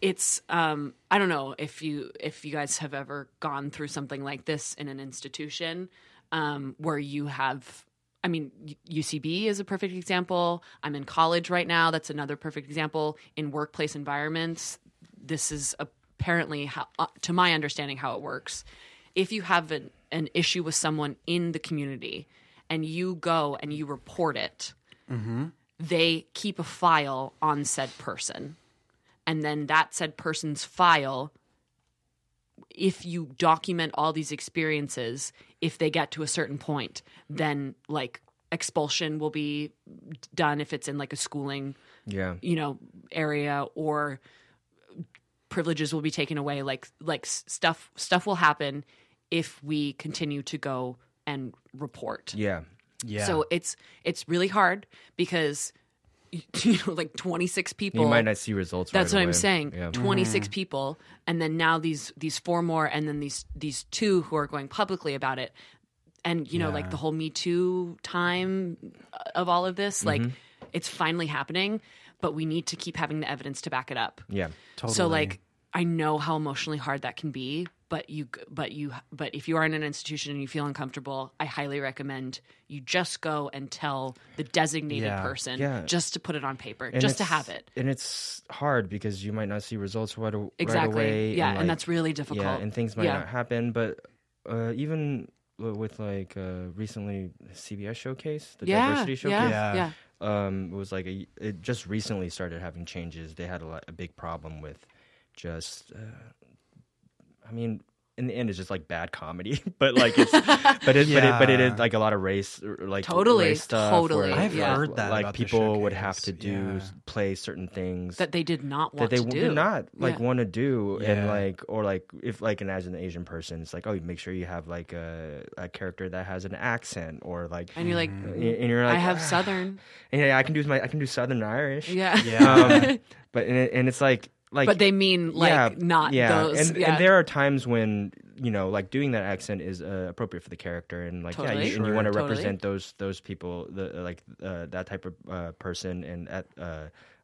S2: it's um I don't know if you if you guys have ever gone through something like this in an institution um where you have I mean U- UCB is a perfect example. I'm in college right now, that's another perfect example in workplace environments. This is apparently how uh, to my understanding how it works. If you have an, an issue with someone in the community and you go and you report it, they keep a file on said person. And then that said person's file, if you document all these experiences, if they get to a certain point, then like expulsion will be done if it's in like a schooling
S3: yeah.
S2: you know area or privileges will be taken away like like s- stuff stuff will happen if we continue to go and report
S3: Yeah.
S1: Yeah.
S2: so it's it's really hard because [LAUGHS] you you know like 26 people
S3: You might not see results.
S2: that's
S3: right
S2: what
S3: away.
S2: I'm saying.
S3: Yeah.
S2: 26 people and then now these these four more and then these these two who are going publicly about it. And you know like the whole Me Too time uh, of all of this
S3: Mm-hmm.
S2: like it's finally happening, but we need to keep having the evidence to back it up.
S3: Yeah.
S2: So like I know how emotionally hard that can be, but you but you but if you are in an institution and you feel uncomfortable, I highly recommend you just go and tell the designated
S1: Yeah.
S2: person
S3: Yeah.
S2: just to put it on paper,
S3: And
S2: just to
S3: it's-
S2: have it.
S3: And it's hard because you might not see results right, a- right
S2: Exactly.
S3: away.
S2: yeah, and,
S3: like,
S2: that's really difficult.
S3: yeah, and things might
S2: Yeah.
S3: not happen. But uh, even w- with like uh, recently CBS showcase, the
S2: yeah,
S3: diversity showcase.
S2: yeah,
S1: Yeah.
S3: [LAUGHS]
S2: yeah.
S3: um, it was like a, it just recently started having changes. They had a, lot, a big problem with just, uh, I mean, in the end, it's just like bad comedy, [LAUGHS] but
S2: [LAUGHS]
S3: like it's, but it, but it, but it
S1: Yeah.
S3: is like a lot of race, or, like
S2: Totally,
S3: race stuff.
S2: totally,
S3: where,
S2: I've yeah.
S1: heard that
S3: Like
S1: about the
S3: people would have to
S1: showcase,
S3: do
S1: yeah.
S3: play certain things
S2: That they did not
S3: that
S2: want
S3: they
S2: to do.
S3: did not like
S2: Yeah.
S3: want to do
S1: Yeah.
S3: and like or like if like an as an asian person it's like oh you make sure you have like a, a character that has an accent or like
S2: And you're like, "Mm,
S3: and and Mm, you're like
S2: I have
S3: "Ah."
S2: Southern.
S3: and yeah i can do my i can do southern irish
S2: Yeah. [LAUGHS]
S3: [LAUGHS]
S1: yeah.
S3: um, but and, it- and it's like like
S2: but they mean like
S3: yeah,
S2: not
S3: yeah.
S2: those.
S3: And,
S2: yeah.
S3: and there are times when you know like doing that accent is uh, appropriate for the character and like yeah,
S2: Totally.
S3: you, and you want to
S2: Totally.
S3: represent those those people the uh, like uh, that type of uh, person and that uh,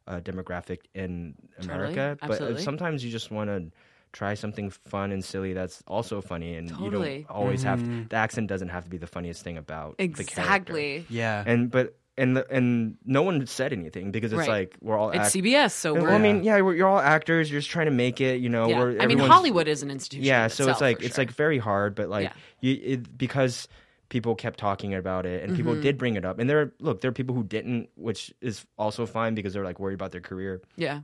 S3: uh, demographic in
S2: Totally.
S3: America. But uh,
S2: Absolutely.
S3: sometimes you just want to try something fun and silly that's also funny and you
S2: Totally.
S3: don't always have the accent doesn't have to be the funniest thing about the character.
S2: exactly.
S1: yeah.
S3: And but and the, and no one said anything because it's
S2: Right.
S3: like we're all
S2: It's
S3: act-
S2: CBS, so
S3: well,
S2: we're.
S3: I mean, yeah, we're, you're all actors. You're just trying to make it. You know,
S2: yeah.
S3: we're,
S2: I mean,
S3: everyone's-
S2: Hollywood is an institution.
S3: Yeah,
S2: in
S3: so
S2: itself,
S3: it's like
S2: for
S3: it's
S2: sure.
S3: like very hard, but like
S2: Yeah.
S3: you, it, because people kept talking about it and
S2: Mm-hmm.
S3: people did bring it up, and there are, look, there are people who didn't, which is also fine because they're like worried about their career.
S2: yeah.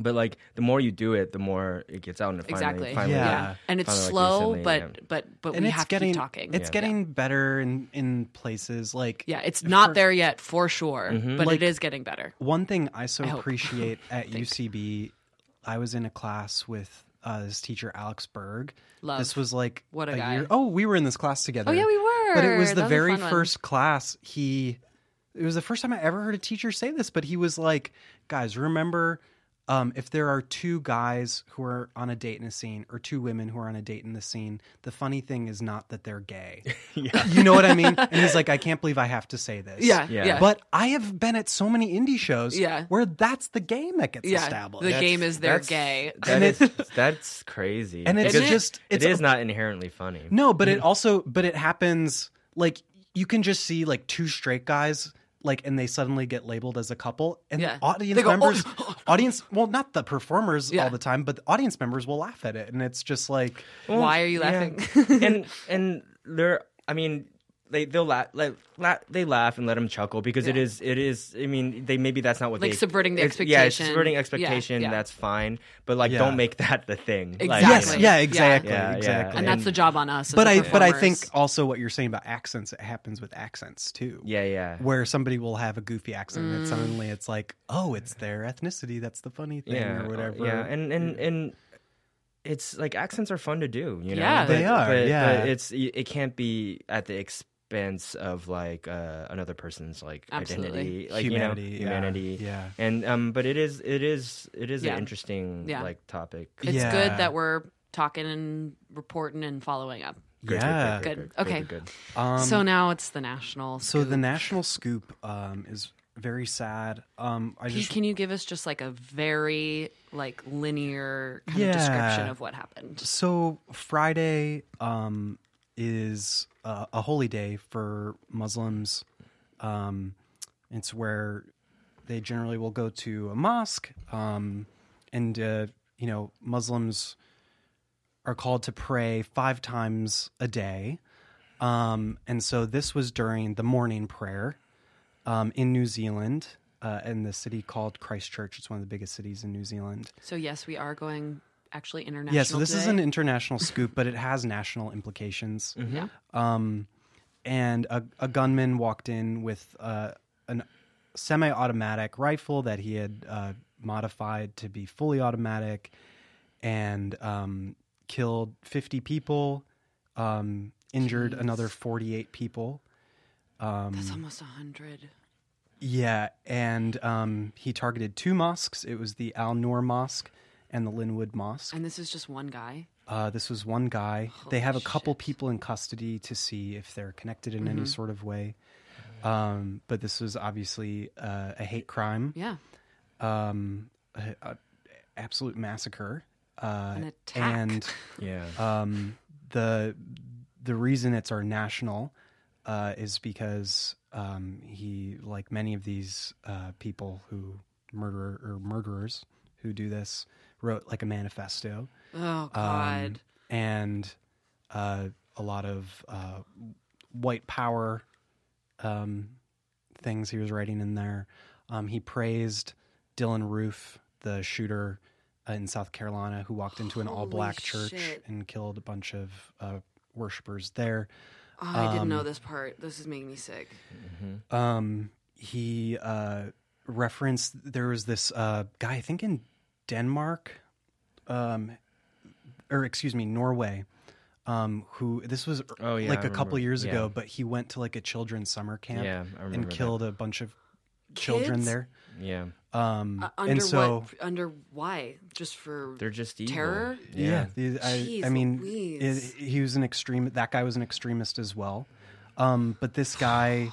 S3: But like the more you do it, the more it gets out, and it finally,
S2: Exactly.
S3: finally,
S1: Yeah.
S2: And it's
S3: Finally, like,
S2: slow,
S3: recently,
S2: but
S3: yeah.
S2: but but
S1: and
S2: we
S1: it's
S2: have
S1: getting
S2: to keep talking.
S1: it's
S2: Yeah.
S1: getting better in in places like
S2: Yeah, it's not there yet for sure,
S3: Mm-hmm.
S2: but
S1: Like-
S2: it is getting better.
S1: One thing I so
S2: hope. [LAUGHS]
S1: appreciate at UCB, I was in a class with uh, this teacher Alex Berg.
S2: Love.
S1: This was like
S2: What a guy.
S1: year. Oh, we were in this class together.
S2: Oh, yeah, we were.
S1: But it was the
S2: That was a
S1: very
S2: fun one.
S1: first class he it was the first time I ever heard a teacher say this, but he was like, guys, remember um, if there are two guys who are on a date in a scene or two women who are on a date in the scene, the funny thing is not that they're
S3: [LAUGHS]
S1: gay. You know what I mean? And he's like, I can't believe I have to say this.
S2: Yeah,
S3: Yeah.
S2: yeah,
S1: But I have been at so many indie shows
S2: Yeah.
S1: where that's the game that gets
S2: yeah.
S1: established.
S2: The game is they're
S3: that's-
S2: gay.
S1: [LAUGHS]
S3: That
S1: And
S3: is,
S1: it-
S3: that's crazy.
S1: and it's
S3: Because
S1: just
S3: it
S1: it's
S3: is not inherently funny.
S1: No, but it also but it happens like you can just see like two straight guys like and they suddenly get labeled as a couple and
S2: Yeah.
S1: audience
S2: They go, "Oh."
S1: members audience well not the performers
S2: Yeah.
S1: all the time but the audience members will laugh at it and it's just like
S2: Why are you
S3: yeah.
S2: laughing? [LAUGHS]
S3: [LAUGHS] and and they're I mean they they'll laugh like la- they laugh and let them chuckle because it
S2: Yeah.
S3: is it is I mean they maybe that's not what
S2: Like
S3: they
S2: subverting the
S3: it's- Yeah, it's
S2: expectation.
S3: subverting
S2: Yeah,
S3: expectation.
S2: yeah.
S3: That's fine, but like
S1: Yeah.
S3: don't make that the thing. Like,
S2: Exactly.
S1: yes
S3: you know.
S1: yeah
S2: Yeah.
S1: exactly
S3: Yeah, yeah.
S1: exactly
S2: and that's the job on us. as
S1: but
S2: the
S1: I but I think
S2: performers.
S1: also what you're saying about accents it happens with accents too
S3: yeah, yeah.
S1: where somebody will have a goofy accent
S2: Mm.
S1: and suddenly it's like oh it's their ethnicity that's the funny thing
S3: yeah,
S1: or whatever
S3: Yeah, and and and it's like accents are fun to do. You know,
S2: Yeah.
S1: They are,
S3: But,
S1: yeah.
S3: but it's it can't be at the expense of like uh, another person's like
S2: Absolutely.
S3: identity, like
S1: humanity
S3: you know,
S1: yeah,
S3: humanity.
S1: yeah.
S3: And um, but it is it is it is
S2: Yeah.
S3: an interesting
S2: Yeah.
S3: like topic.
S1: [LAUGHS]
S2: it's
S1: Yeah.
S2: good that we're talking and reporting and following up.
S1: Yeah.
S2: Good. Okay.
S3: good.
S1: Um,
S2: so now it's the national.
S1: So the
S2: scoop.
S1: national scoop um, is very sad. Um, I
S2: Pete,
S1: just
S2: can you give us just like a very like linear kind
S1: Yeah.
S2: of description of what happened?
S1: so Friday um, is uh, a holy day for Muslims. Um, it's where they generally will go to a mosque, um, and uh, you know Muslims are called to pray five times a day. Um, and so this was during the morning prayer um, in New Zealand, uh, in the city called Christchurch. It's one of the biggest cities in New Zealand.
S2: So yes, we are going actually international.
S1: Yeah, so this is
S2: today.
S1: an international scoop, but it has national implications.
S2: yeah.
S1: Um, and a, a gunman walked in with uh, a semi automatic rifle that he had uh, modified to be fully automatic and um, killed 50 people, um, injured another 48 people. um,
S2: That's almost a hundred.
S1: Yeah, and um, he targeted two mosques. It was the Al Noor Mosque and the Linwood Mosque.
S2: And this is just one guy.
S1: Uh, this was one guy. they have a
S2: Holy
S1: couple
S2: shit.
S1: people in custody to see if they're connected in any sort of way. Um, but this was obviously uh, a hate crime,
S2: Yeah.
S1: um, a, a absolute massacre. Uh,
S2: An attack.
S1: And
S3: Yeah.
S1: um, the the reason it's our national uh, is because um, he, like many of these uh, people who murder or murderers who do this, wrote like a manifesto
S2: Oh
S1: um,
S2: God.
S1: and uh, a lot of uh, white power um, things he was writing in there. Um, he praised Dylan Roof, the shooter uh, in South Carolina, who walked into an
S2: Holy
S1: all-black church
S2: shit.
S1: and killed a bunch of uh, worshipers there.
S2: oh, I didn't know
S1: um,
S2: this part. This is making me sick.
S1: um, he uh, referenced there was this uh, guy I think in Denmark, um, or excuse me, Norway, um, who this was
S3: Oh, yeah,
S1: like
S3: I
S1: a couple
S3: remember.
S1: years
S3: Yeah.
S1: ago, but he went to like a children's summer camp
S3: Yeah, I remember
S1: and
S3: that.
S1: killed a bunch of children
S2: Kids?
S1: there.
S3: Yeah.
S1: Um,
S2: Uh, under
S1: and so
S2: what? Under why? Just for
S3: They're just evil.
S2: Terror?
S1: yeah, the-
S2: Jeez
S1: I, I mean,
S2: Louise.
S1: it- he was an extreme. That guy was an extremist as well. Um, but
S2: [SIGHS]
S1: this guy,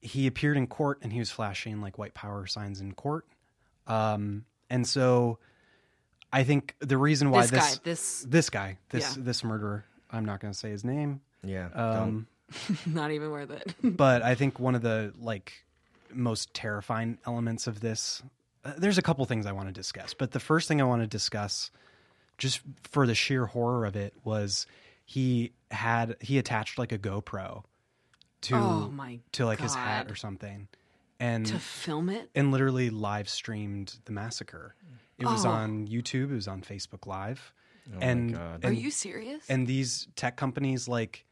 S1: he appeared in court and he was flashing like white power signs in court. Um, and so, I think the reason why
S2: this,
S1: this
S2: guy. This
S1: this guy, this
S2: Yeah.
S1: this murderer, I'm not going to say his name,
S3: Yeah.
S1: um,
S2: [LAUGHS] not even worth it.
S1: but I think one of the like most terrifying elements of this uh, there's a couple things I want to discuss, but the first thing I want to discuss just for the sheer horror of it was he had he attached like a GoPro to
S2: oh my.
S1: to like his hat
S2: God.
S1: or something and
S2: To film it.
S1: and literally live streamed the massacre. It was
S2: Oh.
S1: on YouTube, it was on Facebook Live.
S3: Oh my
S1: and,
S3: God.
S1: and
S2: Are you serious?
S1: and these tech companies like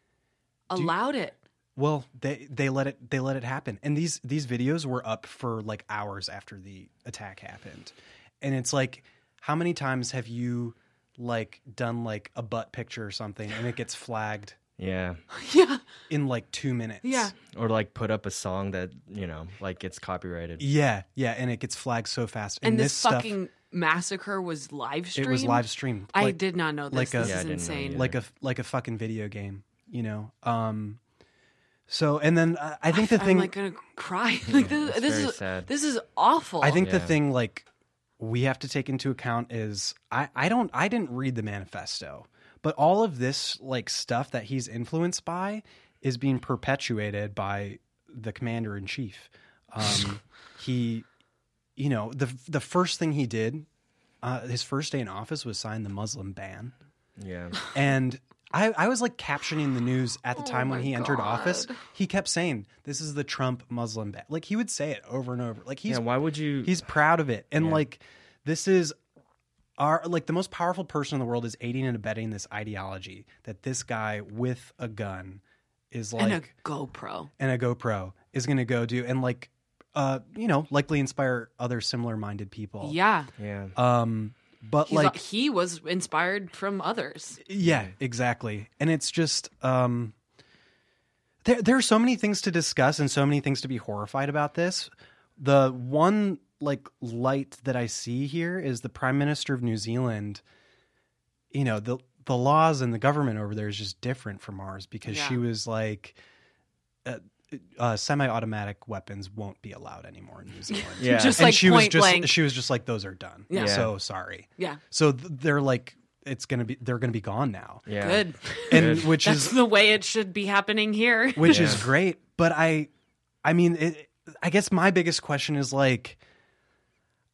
S2: Allowed it. [LAUGHS]
S1: well, they they let it they let it happen, and these these videos were up for like hours after the attack happened, and it's like, how many times have you like done like a butt picture or something, and it gets flagged
S3: Yeah.
S2: yeah.
S1: in like two minutes.
S2: Yeah.
S3: Or like put up a song that, you know, like gets copyrighted.
S1: Yeah, yeah, and it gets flagged so fast. And,
S2: And this,
S1: stuff,
S2: fucking massacre was live streamed.
S1: it was live streamed.
S2: I
S1: like-
S2: did not know this.
S1: like a-
S2: this
S1: Yeah, I
S2: is
S3: didn't know
S2: insane.
S3: either.
S1: like a like a fucking video game, you know. Um, so and then uh, I, I think the
S2: I'm
S1: thing
S2: like gonna cry. [LAUGHS] like this,
S3: it's
S2: this
S3: very
S2: is
S3: sad.
S2: this is awful.
S1: I think the
S3: Yeah.
S1: thing like we have to take into account is I I don't I didn't read the manifesto, but all of this like stuff that he's influenced by is being perpetuated by the commander in chief.
S2: [LAUGHS]
S1: Um, he, you know, the the first thing he did, uh, his first day in office was sign the Muslim ban.
S2: [LAUGHS]
S3: Yeah.
S1: And I, I was like captioning the news at the
S2: Oh
S1: time when
S2: my
S1: he entered
S2: God.
S1: office. He kept saying, "This is the Trump Muslim ban." Like he would say it over and over. Like he's
S3: yeah. Why would you?
S1: he's proud of it, and like this is our like the most powerful person in the world is aiding and abetting this ideology that this guy with a gun is like
S2: and a GoPro.
S1: and a GoPro is going to go do and like uh you know likely inspire other similar minded people.
S2: Yeah,
S3: yeah.
S1: Um. But
S2: He's
S1: like
S2: like, he was inspired from others.
S1: Yeah, exactly. And it's just um there there are so many things to discuss and so many things to be horrified about this. The one like light that I see here is the Prime Minister of New Zealand. You know, the the laws and the government over there is just different from ours because she
S2: Yeah.
S1: was like uh, uh, semi-automatic weapons won't be allowed anymore in New Zealand.
S3: Yeah.
S2: Just
S1: And
S2: like
S1: she was
S2: point
S1: just
S2: blank.
S1: she was just like those are done.
S2: Yeah.
S3: Yeah.
S1: So sorry.
S2: yeah,
S1: So th- they're like, it's gonna be, they're gonna be gone now,
S3: yeah.
S2: good. [LAUGHS]
S1: and
S3: Good.
S1: which
S2: That's
S1: is
S2: the way it should be happening here.
S1: which is
S3: Yeah.
S1: great. But I, I mean, it, I guess my biggest question is like,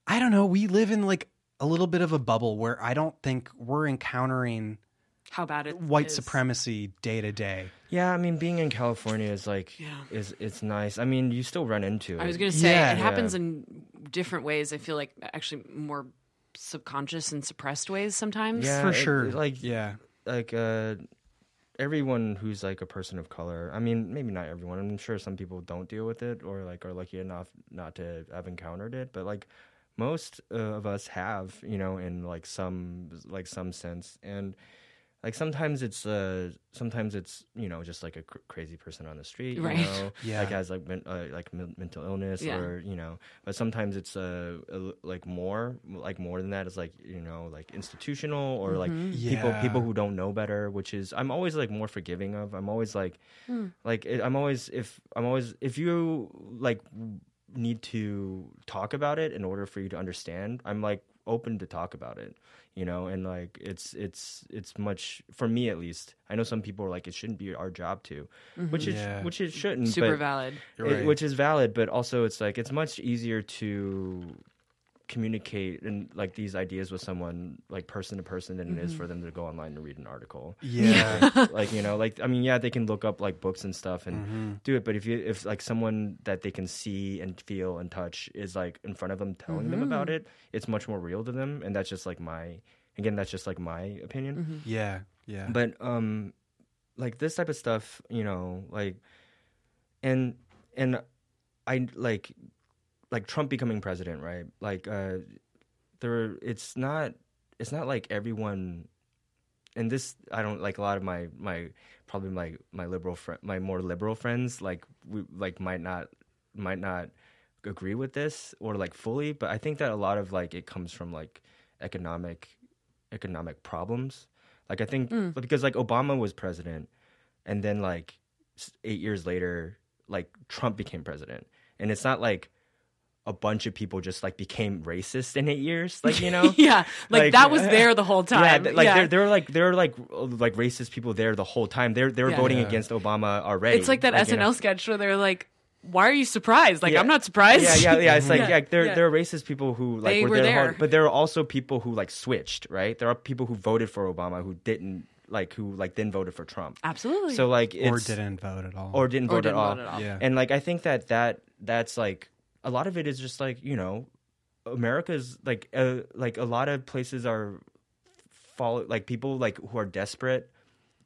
S1: I don't know. We live in like a little bit of a bubble where I don't think we're encountering
S2: How about it?
S1: white
S2: is?
S1: supremacy day to day.
S3: Yeah. I mean, being in California is like,
S2: Yeah.
S3: is it's nice. I mean, you still run into it.
S2: I was gonna say
S1: Yeah.
S2: it
S1: Yeah.
S2: happens in different ways. I feel like actually more subconscious and suppressed ways sometimes.
S3: Yeah,
S1: For
S3: it-
S1: sure.
S3: it, like-
S1: yeah,
S3: like uh everyone who's like a person of color i mean maybe not everyone i'm sure some people don't deal with it or like are lucky enough not to have encountered it but like most uh, of us have you know in like some like some sense and like sometimes it's uh sometimes it's you know just like a cr- crazy person on the street
S2: Right.
S3: you
S2: [LAUGHS]
S3: know
S1: Yeah.
S3: like has like men- uh, like men- mental illness
S2: Yeah.
S3: or you know but sometimes it's uh a l- like more like more than that is like you know like institutional or like
S2: Mm-hmm.
S3: people
S1: Yeah.
S3: people who don't know better which is i'm always like more forgiving of i'm always like like it, i'm always if i'm always if you like need to talk about it in order for you to understand i'm like open to talk about it you know and like it's it's it's much for me at least i know some people are like it shouldn't be our job to which it
S1: Yeah.
S3: which it shouldn't
S2: super
S3: but-
S2: valid.
S1: You're
S3: it-
S1: right.
S3: which is valid but also it's like it's much easier to communicate and like these ideas with someone like person to person than
S1: Mm-hmm.
S3: it is for them to go online and read an article
S1: yeah,
S2: [LAUGHS]
S3: [LAUGHS] Like- like you know like i mean yeah they can look up like books and stuff and
S1: Mm-hmm.
S3: do it but if you if like someone that they can see and feel and touch is like in front of them telling them
S1: Mm-hmm.
S3: about it it's much more real to them and that's just like my again that's just like my opinion
S1: yeah, yeah.
S3: but um like this type of stuff you know like and and i like like trump becoming president right like uh there it's not it's not like everyone and this i don't like a lot of my my probably my my liberal friend my more liberal friends like we like might not might not agree with this or like fully but i think that a lot of like it comes from like economic economic problems like i think
S2: Mm.
S3: because like obama was president and then like s- 8 years later like trump became president and it's not like a bunch of people just like became racist in 8 years like you know
S2: Yeah, like,
S3: Like- [LAUGHS]
S2: that was there the whole [LAUGHS] time.
S3: Yeah, th- like They're, they're like they're like uh, like racist people there the whole time. They're they're
S2: Yeah.
S3: voting
S1: Yeah.
S3: against Obama already.
S2: it's like that
S3: you
S2: SNL
S3: know?
S2: sketch where they're like, "Why are you surprised?" Like
S3: Yeah.
S2: I'm not surprised.
S3: [LAUGHS] Yeah, yeah, yeah.
S1: Mm-hmm.
S3: It's like
S2: Yeah,
S3: yeah, there
S2: yeah.
S3: there are racist people who like
S2: They
S3: were,
S2: were
S3: there, the whole-
S2: there.
S3: but there are also people who like switched. Right, there are people who voted for Obama who didn't like who like then voted for Trump.
S2: [LAUGHS] Absolutely.
S3: So like
S1: or
S3: it's,
S1: didn't vote at all.
S3: or didn't
S2: Or
S3: vote
S2: didn't
S3: at all.
S2: vote at all.
S1: Yeah.
S3: And like I think that that that's like a lot of it is just like you know, America's like uh, like a lot of places are fall like people like who are desperate,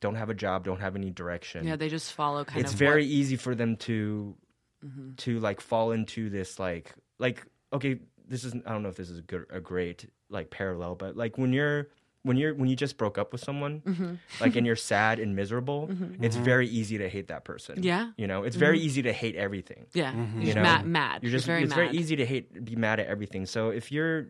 S3: don't have a job, don't have any direction.
S2: yeah, they just follow kind
S3: it's
S2: of. mm-hmm.
S3: very
S2: what-
S3: easy for them to to like fall into this like like okay this is I don't know if this is a good a great like parallel but like when you're when you're when you just broke up with someone,
S2: [LAUGHS] Mm-hmm.
S3: like and you're sad and miserable, it's very easy to hate that person.
S2: Yeah.
S3: you know, it's very easy to hate everything.
S2: Yeah,
S3: Mm-hmm. You
S2: you're just
S3: know?
S2: mad. Mad.
S3: You're just
S2: very
S3: it's
S2: mad.
S3: very easy to hate be mad at everything. So if you're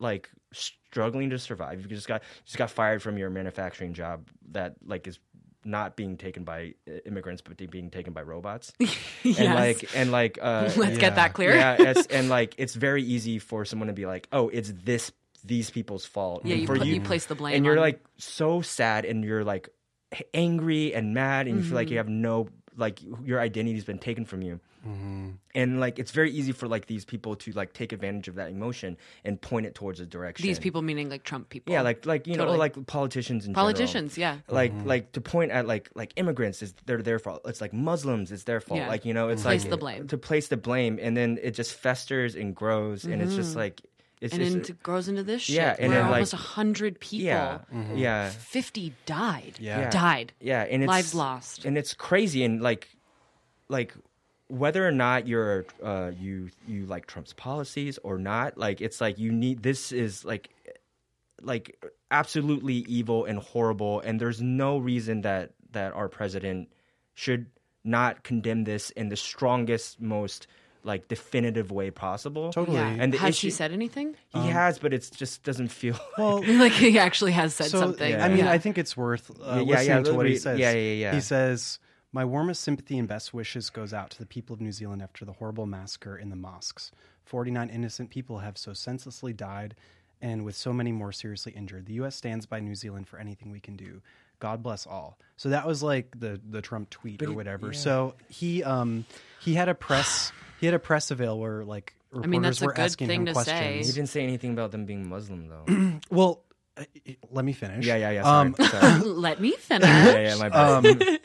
S3: like struggling to survive, you just got just got fired from your manufacturing job that like is not being taken by uh, immigrants but being taken by robots.
S2: [LAUGHS] yes.
S3: And like and like uh
S2: [LAUGHS] Let's get that clear. [LAUGHS]
S3: yeah, it's, and like it's very easy for someone to be like, "Oh, it's this these people's fault."
S2: Yeah,
S3: and
S2: you,
S3: for
S2: put, you place the blame.
S3: and you're
S2: on-
S3: like so sad and you're like h- angry and mad and you feel
S2: Mm-hmm.
S3: like you have no like your identity's been taken from you and like it's very easy for like these people to like take advantage of that emotion and point it towards a direction
S2: these people, meaning like Trump people.
S3: yeah like like you know
S2: Totally.
S3: like politicians in general.
S2: politicians. Yeah,
S3: like like to point at like like immigrants is they're their fault it's like muslims it's their fault
S2: Yeah.
S3: like you know it's
S2: Place
S3: like
S2: the blame.
S3: to place the blame and then it just festers and grows and it's just like it's
S2: Mm-hmm. and
S3: just
S2: then it grows into this shit.
S3: Yeah, and
S2: where
S3: then, like-
S2: almost a hundred people,
S3: yeah yeah
S2: fifty died.
S1: Yeah.
S2: died.
S3: Mm-hmm. Yeah, and it's,
S2: Lives lost.
S3: and it's crazy, and like, like whether or not you're uh, you you like Trump's policies or not, like it's like you need this is like like absolutely evil and horrible, and there's no reason that that our president should not condemn this in the strongest, most like definitive way possible.
S1: Totally. Um,
S2: Yeah.
S3: And the
S2: Has
S3: issue-
S2: he said anything?
S3: He has, but it just doesn't feel.
S1: Well,
S2: [LAUGHS] like he actually has said
S1: so
S2: something.
S1: I mean,
S2: Yeah. [LAUGHS]
S1: I think it's worth uh,
S3: Yeah, yeah,
S1: listening
S3: yeah,
S1: to what he
S3: read-
S1: says.
S3: yeah, yeah, yeah.
S1: He says, "My warmest sympathy and best wishes goes out to the people of New Zealand after the horrible massacre in the mosques. Forty-nine innocent people have so senselessly died, and with so many more seriously injured. The U.S. stands by New Zealand for anything we can do. God bless all." So that was like the the Trump tweet or whatever. So he um he had a press [SIGHS] he had a press avail where like reporters
S2: mean, that's a
S1: were
S2: good
S1: asking
S2: thing
S1: him
S2: to say.
S1: questions.
S3: [LAUGHS] he didn't say anything about them being
S1: [CLEARS THROAT]
S3: Muslim though.
S1: Well, uh, let me finish.
S3: yeah, yeah, yeah. Sorry,
S1: Um,
S3: sorry.
S2: Let me finish.
S3: yeah, yeah, my bad.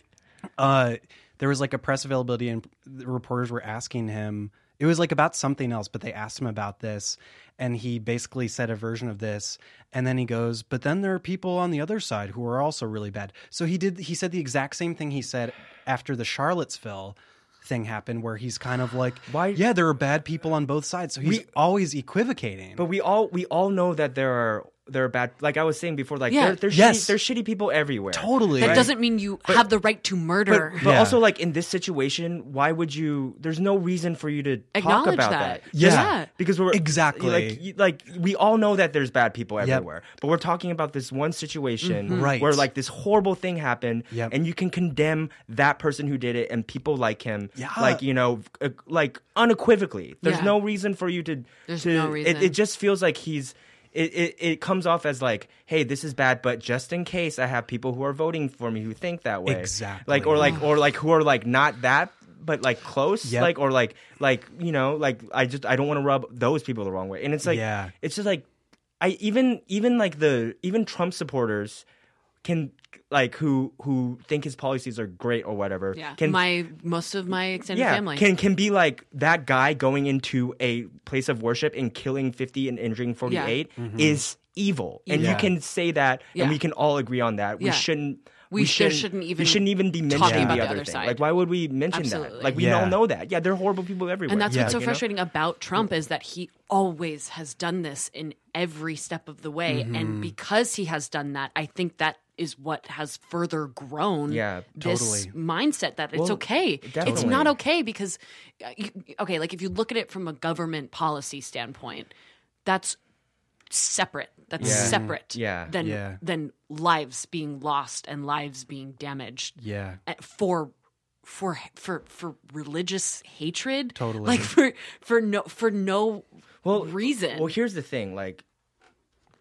S1: uh, there was like a press availability, and the reporters were asking him. It was like about something else, but they asked him about this, and he basically said a version of this. And then he goes, "But then there are people on the other side who are also really bad." So he did. He said the exact same thing he said after the Charlottesville thing happened, where he's kind of like,
S3: Why-
S1: Yeah, there are bad people on both sides." So he's always equivocating.
S3: But we all we all know that there are there are bad. Like I was saying before, like
S2: Yeah.
S3: there, there's
S1: Yes.
S3: shitty, there's shitty people everywhere.
S1: totally,
S2: That doesn't mean you have the right to murder.
S3: But
S1: Yeah.
S3: also, like in this situation, why would you? There's no reason for you to talk
S2: Acknowledge
S3: about
S2: that.
S3: that.
S1: Yeah.
S2: Yeah.
S3: because we're
S1: Exactly.
S3: like you- like we all know that there's bad people everywhere, but we're talking about this one situation
S1: Mm-hmm. Right.
S3: where like this horrible thing happened,
S1: Yep.
S3: and you can condemn that person who did it and people like him,
S1: Yeah.
S3: like you know, uh, like unequivocally. There's
S2: Yeah.
S3: no reason for you to.
S2: There's
S3: to-
S2: no
S3: It,
S2: reason.
S3: it just feels like he's. It, it, it comes off as like, hey, this is bad, but just in case, I have people who are voting for me who think that way,
S1: Exactly.
S3: Like or like or like who are like not that, but like close,
S1: Yep.
S3: like or like like you know, like I just I don't want to rub those people the wrong way, and it's like
S1: Yeah.
S3: it's just like I even even like the even Trump supporters can like who who think his policies are great or whatever
S2: yeah,
S3: can
S2: my most of my extended
S3: yeah,
S2: family.
S3: Can can be like that guy going into a place of worship and killing fifty and injuring forty eight is evil. And
S1: Yeah.
S3: you can say that
S2: Yeah.
S3: and we can all agree on on that. We
S2: Yeah.
S3: shouldn't.
S2: We sh- there shouldn't even
S3: We shouldn't even be mentioning
S2: about
S3: the,
S2: the
S3: other
S2: other
S3: thing.
S2: side.
S3: Like, why would we mention
S2: Absolutely.
S3: that? Like, we
S1: Yeah.
S3: all know that. Yeah, there are horrible people everywhere.
S2: and that's
S1: Yeah.
S2: what's so
S3: you know?
S2: frustrating about Trump is that he always has done this in every step of the way,
S3: Mm-hmm.
S2: and because he has done that, I think that is what has further grown
S3: Yeah,
S2: this
S1: totally.
S2: mindset that it's
S3: Well,
S2: okay it's
S3: definitely.
S2: not okay because uh, you, okay like if you look at it from a government policy standpoint that's separate that's
S3: Yeah. Mm-hmm.
S2: separate
S3: Yeah.
S2: than
S1: Yeah.
S2: than lives being lost and lives being damaged
S1: yeah,
S2: uh, for for for for religious hatred
S1: Totally.
S2: like for for no for no
S3: Well,
S2: reason
S3: Well, here's the thing. Like,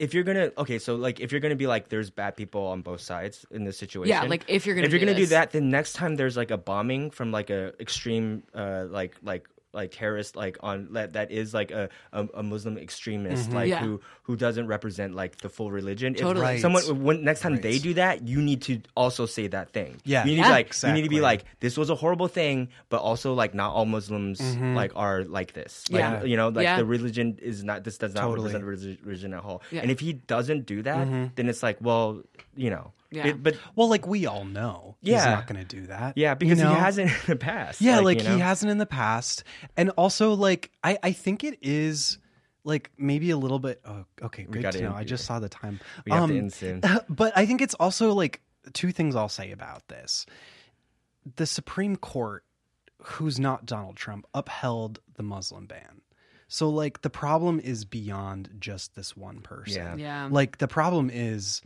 S3: if you're gonna okay, so like if you're gonna be like, there's bad people on both sides in this situation.
S2: like, if you're gonna
S3: if you're
S2: do
S3: gonna do
S2: this.
S3: that, then next time there's like a bombing from like a extreme, uh, like like like terrorist like on that that is like a a, a Muslim extremist
S1: Mm-hmm.
S3: like
S2: Yeah.
S3: who who doesn't represent like the full religion.
S2: Totally.
S1: Right.
S3: If someone when next time they do that, you need to also say that thing.
S1: Yeah.
S3: You need
S1: Yeah.
S3: to like you
S1: Exactly.
S3: need to be like this was a horrible thing, but also like not all Muslims
S1: Mm-hmm.
S3: like are like this. Like,
S2: Yeah.
S3: You know, like
S2: Yeah.
S3: the religion is not this does not
S1: Totally. Mm-hmm.
S3: represent relig- religion at all.
S2: Yeah.
S3: And if he doesn't do that, then it's like, well, you know,
S2: Yeah.
S3: It- but
S1: Well, like we all know he's
S3: Yeah.
S1: not going to do that.
S3: yeah,
S1: you
S3: because
S1: know?
S3: he hasn't [LAUGHS] in the past.
S1: Yeah, like,
S3: you know?
S1: he hasn't in the past, and also like I I think it is like maybe a little bit. Oh, okay,
S3: We
S1: good
S3: gotta
S1: to know.
S3: end
S1: I just
S3: here.
S1: saw the time. Um,
S3: We have to end
S1: [LAUGHS]
S3: soon.
S1: But I think it's also like two things I'll say about this: the Supreme Court, who's not Donald Trump, upheld the Muslim ban. So like the problem is beyond just this one person.
S3: Yeah. Mm.
S2: Yeah.
S1: Like the problem is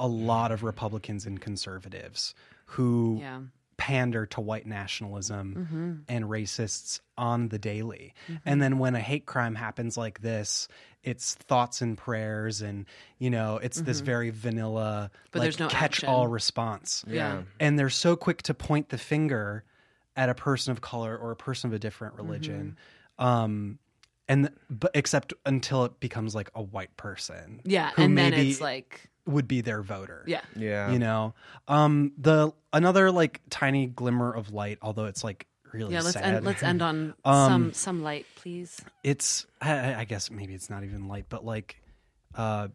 S1: a lot of Republicans and conservatives who
S2: yeah.
S1: pander to white nationalism
S2: Mm-hmm.
S1: and racists on the daily. And then when a hate crime happens like this, it's thoughts and prayers and you know, it's this very vanilla
S2: Mm-hmm. But
S1: like,
S2: there's no
S1: catch all
S2: action.
S1: response.
S2: Yeah.
S1: And they're so quick to point the finger at a person of color or a person of a different
S2: Mm-hmm.
S1: religion. Um and but except until it becomes like a white person
S2: Yeah.
S1: Who
S2: and then
S1: maybe-
S2: it's like,
S1: would be their voter
S2: yeah.
S3: Yeah.
S1: you know um the another like tiny glimmer of light although it's like really
S2: Yeah, let's
S1: sad
S2: end, let's end on
S1: [LAUGHS] Um,
S2: some some light, please.
S1: it's I, I- I guess maybe it's not even light but like uh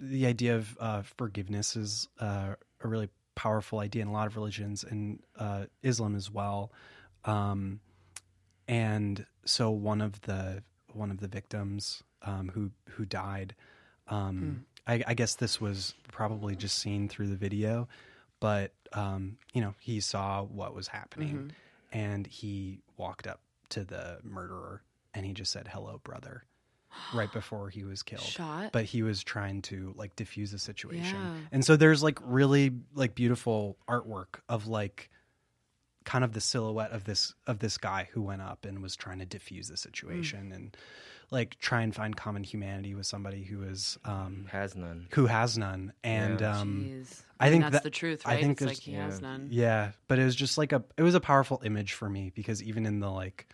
S1: the idea of uh forgiveness is uh a really powerful idea in a lot of religions and uh islam as well um and so one of the one of the victims um who who died um I, I guess this was probably just seen through the video but um you know he saw what was happening and he walked up to the murderer and he just said hello brother right before he
S2: [GASPS]
S1: was killed
S2: Shot.
S1: but he was trying to like diffuse the situation
S2: Yeah.
S1: and so there's like really like beautiful artwork of like kind of the silhouette of this of this guy who went up and was trying to diffuse the situation and like try and find common humanity with somebody who is um
S3: Has none.
S1: who has none and
S3: Yeah.
S1: um
S2: Jeez.
S1: I think
S2: that's
S1: that-
S2: the truth,
S1: I
S2: right?
S1: think
S2: it's like
S1: it's-
S2: he has
S3: yeah.
S2: none. [LAUGHS]
S1: yeah but it was just like a it was a powerful image for me because even in the like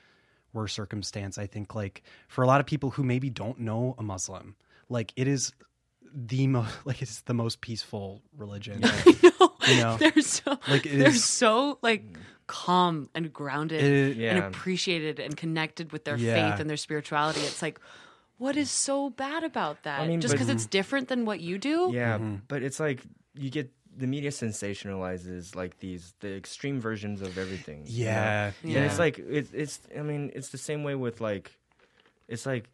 S1: worst circumstance i think like for a lot of people who maybe don't know a muslim like it is the most [LAUGHS] like it's the most peaceful religion
S2: No,
S1: You know?
S2: they're so
S1: Like, it
S3: [LAUGHS]
S2: they're
S1: is-
S2: so like calm and grounded
S1: It-
S2: and
S3: Yeah.
S2: appreciated and connected with their
S1: Yeah.
S2: faith and their spirituality. It's like, what is so bad about that?
S3: mean,
S2: Just
S3: but-
S2: because it's different than what you do?
S3: Yeah,
S1: Mm-hmm.
S3: but it's like you get the media sensationalizes like these the extreme versions of everything. you know?
S1: yeah
S2: Yeah.
S3: and it's like it, it's. I mean, it's the same way with like, it's like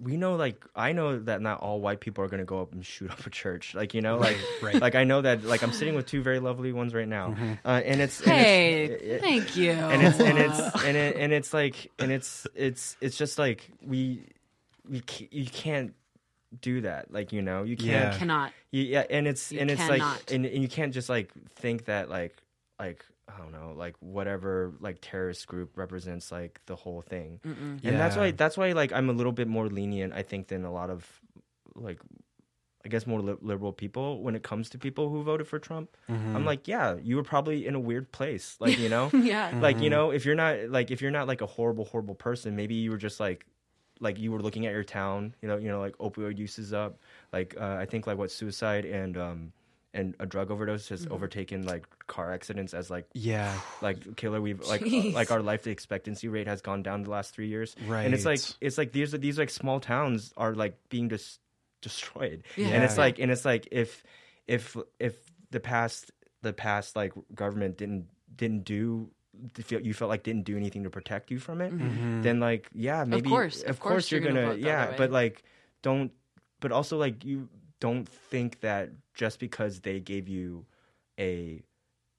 S3: we know like I know that not all white people are gonna go up and shoot up a church. Like you know, like
S1: Right.
S3: like I know that like I'm sitting with two very lovely ones right
S1: Mm-hmm.
S3: now, uh, and it's and it's-
S2: [LAUGHS] Hey,
S3: it- it-
S2: thank you.
S3: and it's
S2: [LAUGHS]
S3: and it's and it, and it's like and it's it's it's just like we we ca- you can't do that like you know you can't
S1: Yeah.
S2: cannot.
S3: you, yeah and it's
S2: You
S3: and it's
S2: cannot.
S3: like and, and you can't just like think that like like i don't know like whatever like terrorist group represents like the whole thing [LAUGHS]
S2: Mm-mm.
S3: and that's
S1: Yeah.
S3: why that's why like i'm a little bit more lenient i think than a lot of like i guess more li- liberal people when it comes to people who voted for trump
S1: mm-hmm. Mm.
S3: i'm like yeah you were probably in a weird place like you know
S2: Yeah.
S3: like
S1: Mm-hmm.
S3: you know if you're not like if you're not like a horrible horrible person maybe you were just like like you were looking at your town you know you know like opioid use is up like uh, i think like what suicide and um and a drug overdose has overtaken like car accidents as like
S1: yeah
S3: like killer we've like uh,
S2: Jeez.
S3: like our life expectancy rate has gone down the last three years and it's like
S1: Right.
S3: it's like these are these like small towns are like being just destroyed
S2: Yeah.
S3: and it's
S2: Yeah.
S3: like and it's like if if if the past the past like government didn't didn't do feel you felt like didn't do anything to protect you from it
S2: Mm-hmm.
S1: mm-hmm.
S3: then like yeah maybe
S2: course, of course
S3: you're,
S2: you're gonna
S3: gonna,
S2: vote the
S3: yeah
S2: other
S3: but
S2: way.
S3: like don't but also like you don't think that just because they gave you a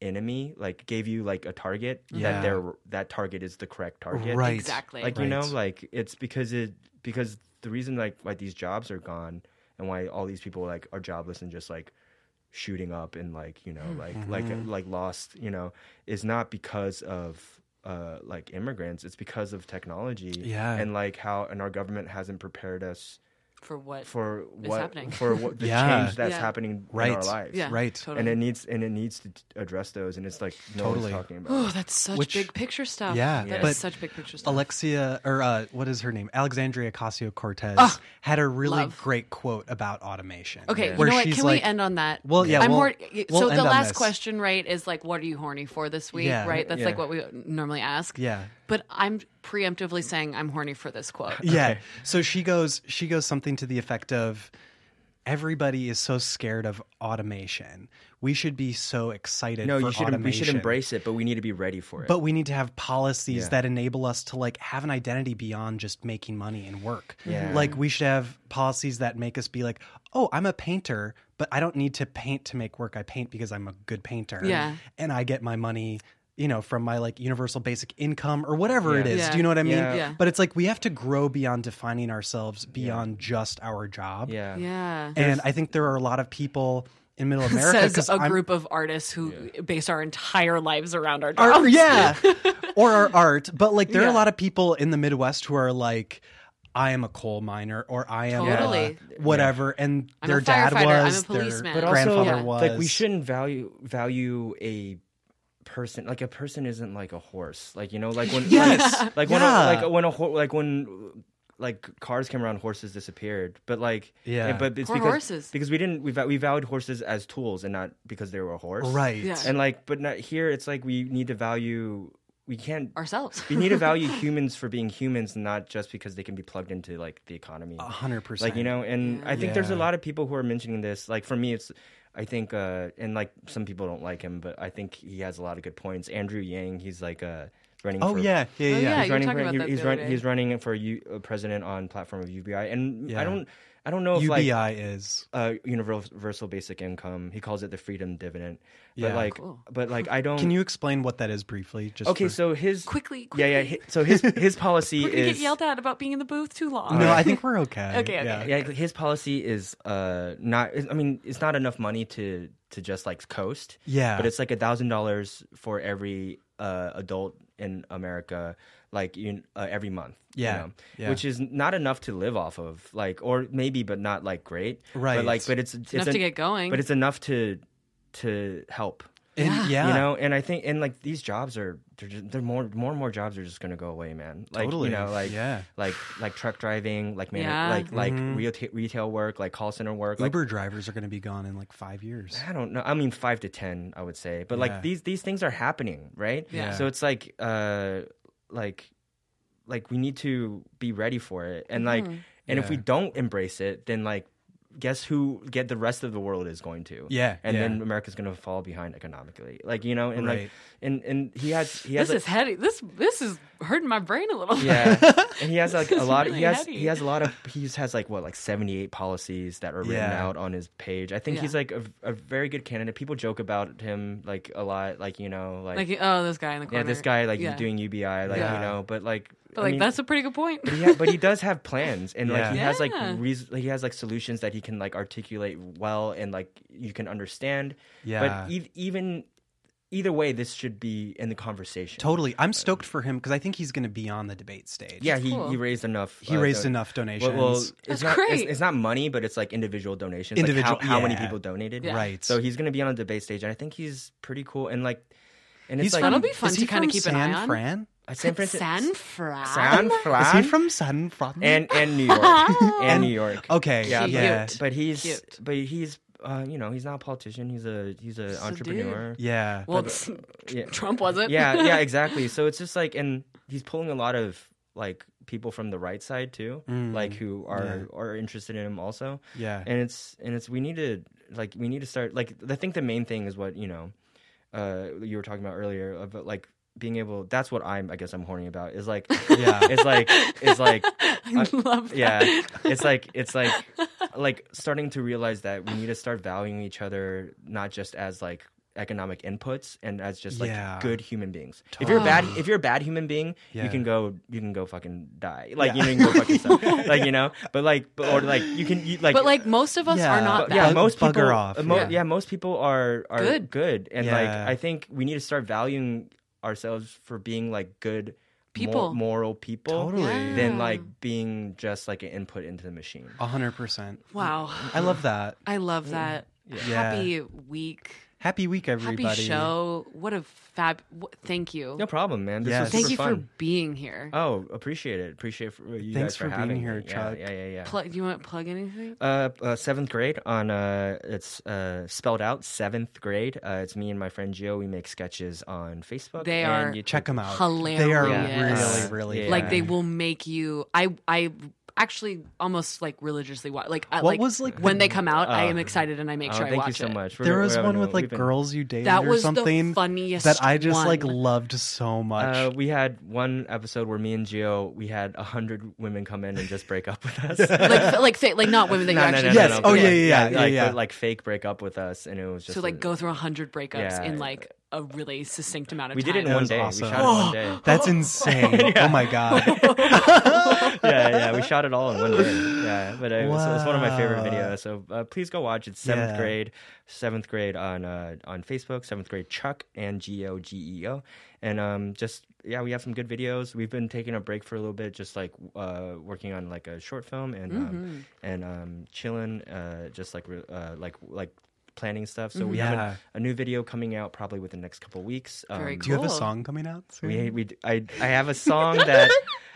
S3: enemy like gave you like a target that
S1: Yeah.
S3: their that target is the correct target
S1: Right.
S2: Exactly.
S3: like you know
S1: Right.
S3: like it's because it because the reason like why these jobs are gone and why all these people like are jobless and just like shooting up and like you
S2: Hmm.
S3: know like
S1: Mm-hmm.
S3: like like lost you know is not because of uh like immigrants it's because of technology
S1: Yeah.
S3: and like how and our government hasn't prepared us
S2: for what?
S3: for
S2: It's
S3: what
S2: happening.
S3: for what the
S1: [LAUGHS] Yeah.
S3: change that's
S2: Yeah.
S3: happening in our
S1: Right.
S3: lives
S2: yeah.
S1: right.
S2: Totally.
S3: and it needs and it needs to t- address those and it's like no
S1: Totally.
S3: one's talking about
S2: Oh,
S1: [GASPS]
S3: it.
S2: that's such
S1: Which-
S2: big picture stuff.
S1: Yeah,
S2: that is
S1: but
S2: such big picture stuff.
S1: Alexia, or uh, what is her name? Alexandria Ocasio Cortez had a really
S2: Ah, love.
S1: great quote about automation.
S2: Okay, you
S1: where
S2: know what?
S1: she's
S2: Can
S1: like,
S2: we end on that?
S1: Well, yeah,
S2: I'm
S1: we'll-
S2: hor-
S1: we'll
S2: so
S1: end
S2: the
S1: on
S2: last
S1: this.
S2: question, right, is like, what are you horny for this week?
S1: Yeah.
S2: Right, that's
S3: Yeah.
S2: like what we normally ask.
S1: Yeah.
S2: but I'm preemptively saying I'm horny for this quote.
S1: Yeah. So she goes, she goes something to the effect of, everybody is so scared of automation. We should be so excited.
S3: No,
S1: for
S3: you should. We should
S1: automation.
S3: embrace it, but we need to be ready for it.
S1: But we need to have policies
S3: Yeah.
S1: that enable us to like have an identity beyond just making money and work.
S3: Yeah.
S1: Like we should have policies that make us be like, "Oh, I'm a painter, but I don't need to paint to make work. I paint because I'm a good painter."
S2: Yeah.
S1: And I get my money, you know, from my like universal basic income or whatever it is.
S2: Yeah.
S1: Do you know what I mean?
S3: Yeah.
S2: Yeah.
S1: But it's like we have to grow beyond defining ourselves beyond just our job.
S3: yeah,
S2: yeah.
S1: And I think there are a lot of people
S2: [LAUGHS]
S1: in middle America
S2: Says
S1: 'cause
S2: a
S1: I'm-
S2: group of artists who base our entire lives around our
S1: Our-
S2: jobs.
S1: yeah,
S2: [LAUGHS]
S1: or our art. But like, there are a
S2: Oh, Yeah.
S1: lot of people in the Midwest who are like, "I am a coal miner," or "I am a
S2: Totally.
S1: whatever," and
S2: I'm a
S1: their dad
S2: firefighter, I'm a
S1: was,
S2: policeman.
S1: their
S2: But
S3: also,
S1: grandfather
S2: yeah.
S1: was.
S3: like we shouldn't value value a person like a person isn't like a horse like you know like when
S1: Yes.
S3: like, like when a,
S1: Yeah.
S3: like when a ho- like when like cars came around horses disappeared but like
S1: Yeah.
S3: it- but it's
S2: Poor
S3: because
S2: horses.
S3: because we didn't we, va- we valued horses as tools and not because they were a horse
S1: right.
S2: Yeah.
S3: and like but not here it's like we need to value we can't
S2: Ourselves. [LAUGHS]
S3: we need to value humans for being humans not just because they can be plugged into like the economy
S1: A hundred percent.
S3: like you know and i think there's a
S1: Yeah.
S3: lot of people who are mentioning this like for me it's i think uh and like some people don't like him but i think he has a lot of good points andrew yang he's like uh running
S1: Oh
S3: for
S1: yeah, yeah, yeah.
S2: Oh, yeah.
S3: he's
S2: you were talking
S3: running for,
S2: about
S3: he-
S2: that
S3: he's,
S2: the other
S3: run,
S2: day.
S3: he's running for U, uh, president on platform of ubi and
S1: Yeah.
S3: i don't i don't know if
S1: UBI
S3: like
S1: is
S3: uh, universal basic income he calls it the freedom dividend but
S1: Yeah.
S3: like
S2: Cool.
S3: but like i don't
S1: Can you explain what that is briefly? Just
S3: okay
S1: for-
S3: so his
S2: Quickly,
S3: yeah yeah hi- so his
S2: [LAUGHS]
S3: his policy
S2: We're gonna
S3: is
S2: get yelled at about being in the booth too long.
S3: [LAUGHS]
S1: no, I think we're okay.
S2: Okay, okay.
S1: Yeah.
S3: yeah like, his policy is uh not i mean it's not enough money to to just like coast
S1: Yeah.
S3: but it's like a thousand dollars for every uh adult in america like you uh, every month you
S1: Yeah,
S3: know?
S1: yeah.
S3: which is not enough to live off of like or maybe but not like great
S1: Right.
S3: but like but it's, it's
S2: enough
S3: en-
S2: to get going.
S3: but it's enough to to help
S1: And-
S2: Yeah.
S1: yeah.
S3: you know and i think and like these jobs are they're just they're more more and more jobs are just gonna go away man like
S1: Totally.
S3: you know like
S1: Yeah.
S3: like like truck driving like man
S2: Yeah.
S3: like like
S1: Mm-hmm.
S3: retail retail work like call center work like
S1: Uber drivers are going to be gone in like five years.
S3: I don't know. I mean, five to ten, I would say. But
S1: Yeah.
S3: like these these things are happening, right?
S2: Yeah.
S3: So it's like, uh, like, like we need to be ready for it, and like,
S2: Mm-hmm.
S3: and if we
S1: Yeah.
S3: don't embrace it, then like, guess who? Get the rest of the world is going to.
S1: Yeah,
S3: And
S1: yeah.
S3: then America's going to fall behind economically, like you know, and
S1: Right.
S3: like, and and he has he has
S2: this is heady. This this is hurting my brain a little. [LAUGHS]
S3: yeah, and he has like
S2: This
S3: a
S2: is
S3: lot.
S2: really
S3: he has
S2: heavy.
S3: he has a lot of he has like what like seventy eight policies that are written
S1: Yeah.
S3: out on his page. I think
S2: Yeah.
S3: he's like a, a very good candidate. People joke about him like a lot, like you know, like,
S2: Like oh, this guy in the corner.
S3: yeah, this guy like
S2: Yeah.
S3: he's doing UBI, like
S1: Yeah.
S3: you know, but like
S2: But
S3: I
S2: like
S3: mean,
S2: that's a pretty good point.
S3: But
S2: [LAUGHS]
S3: he, ha- but he does have plans, and
S1: Yeah.
S3: like he has like
S2: Yeah.
S3: reas- like, he has like solutions that he can like articulate well, and like you can understand.
S1: Yeah.
S3: But e- even either way, this should be in the conversation.
S1: Totally. I'm stoked for him because I think he's going to be on the debate stage.
S3: Yeah, he,
S2: Cool.
S3: he raised enough.
S1: He
S3: uh,
S1: raised
S3: don-
S1: enough
S3: Well,
S1: donations.
S3: well, it's
S2: That's
S3: not, it's-
S2: great.
S3: It's, not money, but it's like individual donations.
S1: Individual-
S3: like how, how many
S1: yeah.
S3: people donated?
S2: Yeah.
S1: Right.
S3: So he's gonna be on a debate stage, and I think he's pretty cool. And like, and it's
S1: He's
S3: like
S2: That'll be fun
S1: is
S2: to
S1: he
S2: kinda
S1: from
S2: keep an
S1: San
S2: eye on.
S1: Fran?
S3: uh, San Francisco,
S2: San Fran. [LAUGHS]
S3: San
S1: Is
S3: Fran,
S1: he from Oh, San Fran?
S3: and and New York, and New York.
S1: okay, yeah,
S3: Yeah,
S2: Cute.
S1: yeah,
S3: but he's
S2: Cute.
S3: but he's uh, you know he's not a politician. He's a he's an
S2: a
S3: entrepreneur.
S1: yeah.
S2: Well,
S3: Yeah.
S2: Trump wasn't.
S3: yeah,
S2: [LAUGHS]
S3: yeah, exactly. So it's just like, and he's pulling a lot of like people from the right side too,
S1: Mm.
S3: like who are are interested in him also.
S1: Yeah.
S3: and it's and it's we need to like we need to start like I think the main thing is what you know, uh, you were talking about earlier about like being able. That's what I'm. I guess I'm horny about
S1: [LAUGHS]
S3: is like,
S1: Yeah.
S3: [LAUGHS] it's like it's like
S2: [LAUGHS]
S3: uh,
S2: I love that.
S3: yeah it's like it's like like starting to realize that we need to start valuing each other not just as like economic inputs and as just like
S1: Yeah.
S3: good human beings if you're a bad if you're a bad human being
S1: Yeah.
S3: you can go you can go fucking die like you, know, you can go fucking stuff.
S1: [LAUGHS]
S3: like you know but like but, or like you can you, like
S2: But like most of us
S1: Yeah.
S2: are not
S1: But-
S2: that.
S3: yeah,
S1: Bug-
S3: most
S1: bugger
S3: people,
S1: off,
S3: uh, mo-
S1: yeah.
S3: yeah. most people are are
S2: Good.
S3: good, and
S1: Yeah.
S3: like I think we need to start valuing ourselves for being like good mor-
S2: People.
S3: moral people,
S1: Totally. Yeah.
S3: than like being just like an input into the machine.
S1: A hundred percent.
S2: Wow.
S1: I love that.
S2: I love that. Happy week.
S1: Happy week, everybody.
S2: Happy show. What a fab. wh- Thank you.
S3: No problem, man. This
S1: Yes.
S3: was super
S2: Thank you
S3: fun.
S2: for being here.
S3: Oh, appreciate it. Appreciate for, you
S1: Thanks
S3: guys
S1: for
S3: for,
S1: being
S3: having
S1: here,
S3: me.
S1: Chuck.
S3: Yeah, yeah, yeah. yeah.
S2: Plu- do you want to plug anything?
S3: uh, uh, seventh grade on uh, it's uh, spelled out seventh grade. Uh, it's me and my friend Gio. We make sketches on Facebook.
S2: They
S3: and
S2: are
S3: YouTube.
S1: Check them out.
S2: Hilarious.
S1: They are
S3: Yeah.
S1: really, really
S3: Yeah.
S2: Like
S1: fun.
S2: they will make you. I I actually almost like religiously watch. Like, I,
S1: What
S2: like
S1: was, like, the-
S2: when they come out, I
S3: Uh,
S2: am excited and I make
S3: Oh,
S2: sure I
S3: thank
S2: watch
S3: you so
S2: it.
S3: much. We're-
S1: There
S3: we're
S1: was
S3: having
S1: one
S3: a-
S1: with like
S3: we've been-
S1: girls you dated
S2: That
S1: or
S2: was the
S1: something
S2: funniest
S1: that I just like
S2: one.
S3: [LAUGHS]
S1: loved so much.
S3: Uh, we had one episode where me and Gio, we had a hundred women come in and just break up
S1: [LAUGHS]
S3: with us.
S2: Like, fa- like, fa- like not women that
S3: No,
S2: you
S3: no, no,
S2: actually.
S3: no,
S1: Yes.
S3: no,
S1: Oh,
S3: but
S1: yeah,
S3: like-
S1: yeah, yeah,
S3: like,
S1: yeah.
S3: But, like fake break up with us, and it was just
S2: So like
S3: a-
S2: go through a hundred breakups
S3: Yeah,
S2: in
S3: yeah.
S2: like a really succinct amount of
S3: We
S2: time.
S3: did it in
S1: That
S3: one
S1: was
S3: day.
S1: awesome.
S3: We shot it in
S1: [GASPS]
S3: one day.
S1: [LAUGHS]
S3: [LAUGHS]
S1: That's insane. Oh my [LAUGHS] god.
S3: yeah,
S1: [LAUGHS]
S3: yeah, we shot it all in one day. Yeah, but it was, it was one of my favorite
S1: Wow.
S3: videos. So uh, please go watch. It's seventh
S1: Yeah.
S3: grade, seventh grade on uh, on Facebook, seventh grade Chuck and G O G E O, and um, just yeah, we have some good videos. We've been taking a break for a little bit, just like uh, working on like a short film and
S2: Mm-hmm.
S3: um, and um, chilling, uh, just like re- uh, like like planning stuff. So we have
S1: Yeah.
S3: an, a new video coming out probably within the next couple weeks.
S2: Very
S3: Um,
S1: Do you have a
S2: Cool.
S1: song coming out soon?
S3: we, we I, I have
S2: [LAUGHS]
S3: a song that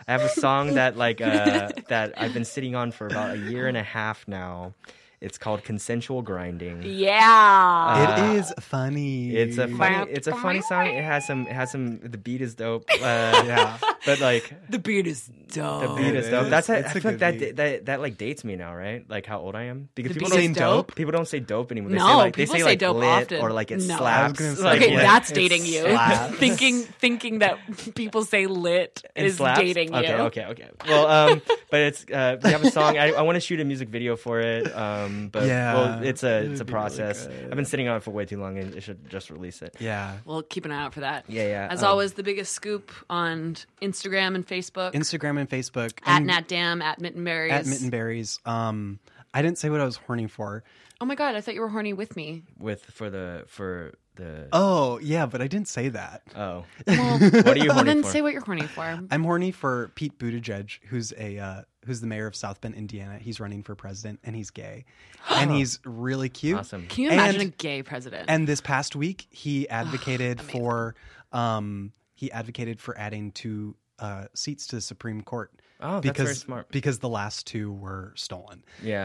S3: I have a song that like uh, that I've been sitting on for about a year and a half now. It's called consensual grinding.
S2: Yeah.
S1: it is funny.
S3: It's a funny it's a funny song. It has some it has some the beat is dope. Uh,
S1: [LAUGHS]
S3: yeah, but like
S2: the beard is dope.
S3: the beat is
S1: it
S3: dope.
S1: is.
S3: That's a,
S1: Oh, It's
S3: I
S1: a
S3: feel
S1: good
S3: like that,
S1: beat.
S3: that that like dates me now, right? Like how old I am because
S2: The beat
S3: people don't
S2: is
S1: saying dope?
S2: dope.
S3: people don't say dope anymore. They
S2: No,
S3: say like they
S2: people
S3: say,
S2: say
S3: like
S2: dope
S3: lit
S2: often.
S3: or like it
S2: No. I was
S3: slaps.
S1: gonna say,
S3: like,
S2: Okay,
S1: lit.
S2: that's
S1: It
S2: dating you.
S1: slaps.
S2: [LAUGHS] thinking thinking that people say lit
S3: and
S2: is
S3: slaps?
S2: dating
S3: okay,
S2: you.
S3: Okay, okay, Well, um, [LAUGHS] but it's uh, we have a song. I, I want to shoot a music video for it. Um, but
S1: Yeah.
S3: well, it's
S1: It
S3: a it's a
S1: would be really
S3: process.
S1: good.
S3: I've been sitting on it for way too long, and it should just release it.
S1: Yeah.
S2: Well, keep an eye out for that.
S3: Yeah, yeah,
S2: As
S3: um,
S2: always, the biggest scoop on Instagram and Facebook
S1: Instagram and Facebook
S2: at
S1: and
S2: Nat Dam at Mittenberries.
S1: at Mittenberries. Um, I didn't say what I was horny for.
S2: Oh my god, I thought you were horny with me.
S3: With for the for the
S1: Oh yeah, but I didn't say that. [LAUGHS]
S3: oh,
S2: Well, well,
S3: what are you horny
S2: then
S3: for?
S2: say what you're horny for.
S1: I'm horny for Pete Buttigieg, who's a uh, who's the mayor of South Bend, Indiana. He's running for president, and he's [GASPS] gay, and he's really cute.
S3: awesome.
S2: Can you imagine
S1: And-
S2: a gay president?
S1: And this past week, he advocated for um, he advocated for adding two uh, seats to the Supreme Court.
S3: Oh, that's
S1: because
S3: very smart.
S1: because the last two were stolen.
S3: Yeah.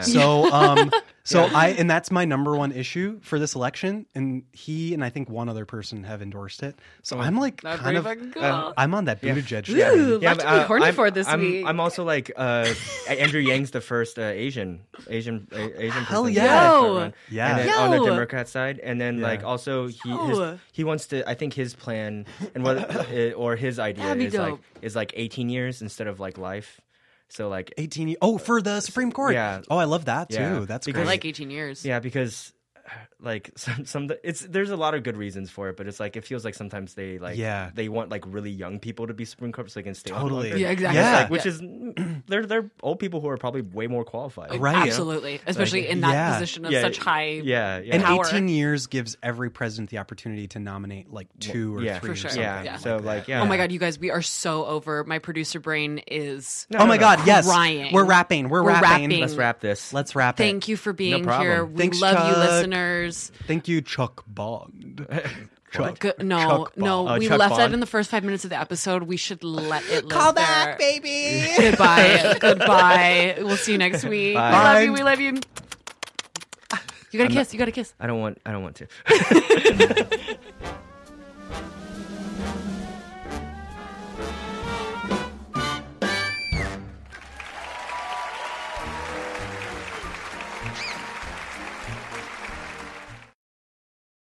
S2: [LAUGHS]
S1: So um, so I and that's my number one issue for this election. And he and I think one other person have endorsed it. So I'm like
S2: That'd
S1: kind
S2: be
S1: of
S2: fucking cool.
S3: um,
S1: I'm on that Buttigieg.
S2: Yeah.
S1: train.
S2: Ooh, lots
S3: but,
S2: to be
S3: uh,
S2: horny
S3: I'm,
S2: for this
S3: I'm,
S2: week.
S3: I'm also like uh, [LAUGHS] Andrew Yang's the first uh, Asian Asian a- Asian.
S1: Hell
S3: person
S1: yeah.
S3: to run.
S2: Yo.
S3: And
S1: Yeah.
S3: then on the
S2: Yo.
S3: Democrat side, and then like also he
S2: Yo.
S3: his, he wants to. I think his plan and
S2: [COUGHS]
S3: what or his idea
S2: That'd be
S3: is like
S2: dope.
S3: is like 18 years instead of like life. So like
S1: 18 ye- oh for the Supreme Court.
S3: Yeah.
S1: Oh, I love that too.
S3: Yeah.
S1: That's
S3: Because-
S2: I
S1: great.
S2: like 18 years.
S3: yeah, because [SIGHS] like [LAUGHS] some some it's there's a lot of good reasons for it, but it's like it feels like sometimes they like
S1: Yeah.
S3: they want like really young people to be Supreme Court so they can stay on
S1: Totally.
S3: longer.
S2: Yeah, exactly.
S1: Yeah.
S3: Like, which is [CLEARS THROAT] they're they're old people who are probably way more qualified.
S1: Right.
S2: Absolutely, especially in that
S1: yeah.
S2: position of
S3: Yeah,
S2: such high.
S3: Yeah, yeah.
S1: and
S2: power.
S1: 18 years gives every president the opportunity to nominate like two or
S3: yeah,
S1: three
S2: For
S1: or
S2: sure.
S1: something.
S3: yeah.
S2: Yeah.
S3: So like yeah.
S2: Oh my god, you guys, we are so over. My producer brain is.
S1: oh my god, yes.
S2: Crying.
S1: We're rapping. We're,
S2: We're
S1: rapping.
S2: rapping.
S3: Let's wrap this.
S1: Let's wrap it.
S2: Thank you for being here.
S3: problem.
S2: We
S1: Thanks,
S2: love you,
S1: Chuck.
S2: listeners.
S1: Thank you, Chuck Bond. Chuck.
S2: Good, no,
S1: Chuck
S2: no,
S1: Bond.
S2: we
S3: Chuck
S2: left that
S3: Bond.
S2: in the first five minutes of the episode. We should let it live
S1: [LAUGHS] Call
S2: there.
S1: back, baby.
S2: [LAUGHS]
S1: [LAUGHS]
S2: Goodbye, goodbye. We'll see you next week.
S1: Bye.
S2: We love you. We love you. You gotta kiss. You gotta kiss.
S3: [LAUGHS] I don't want. I don't want to.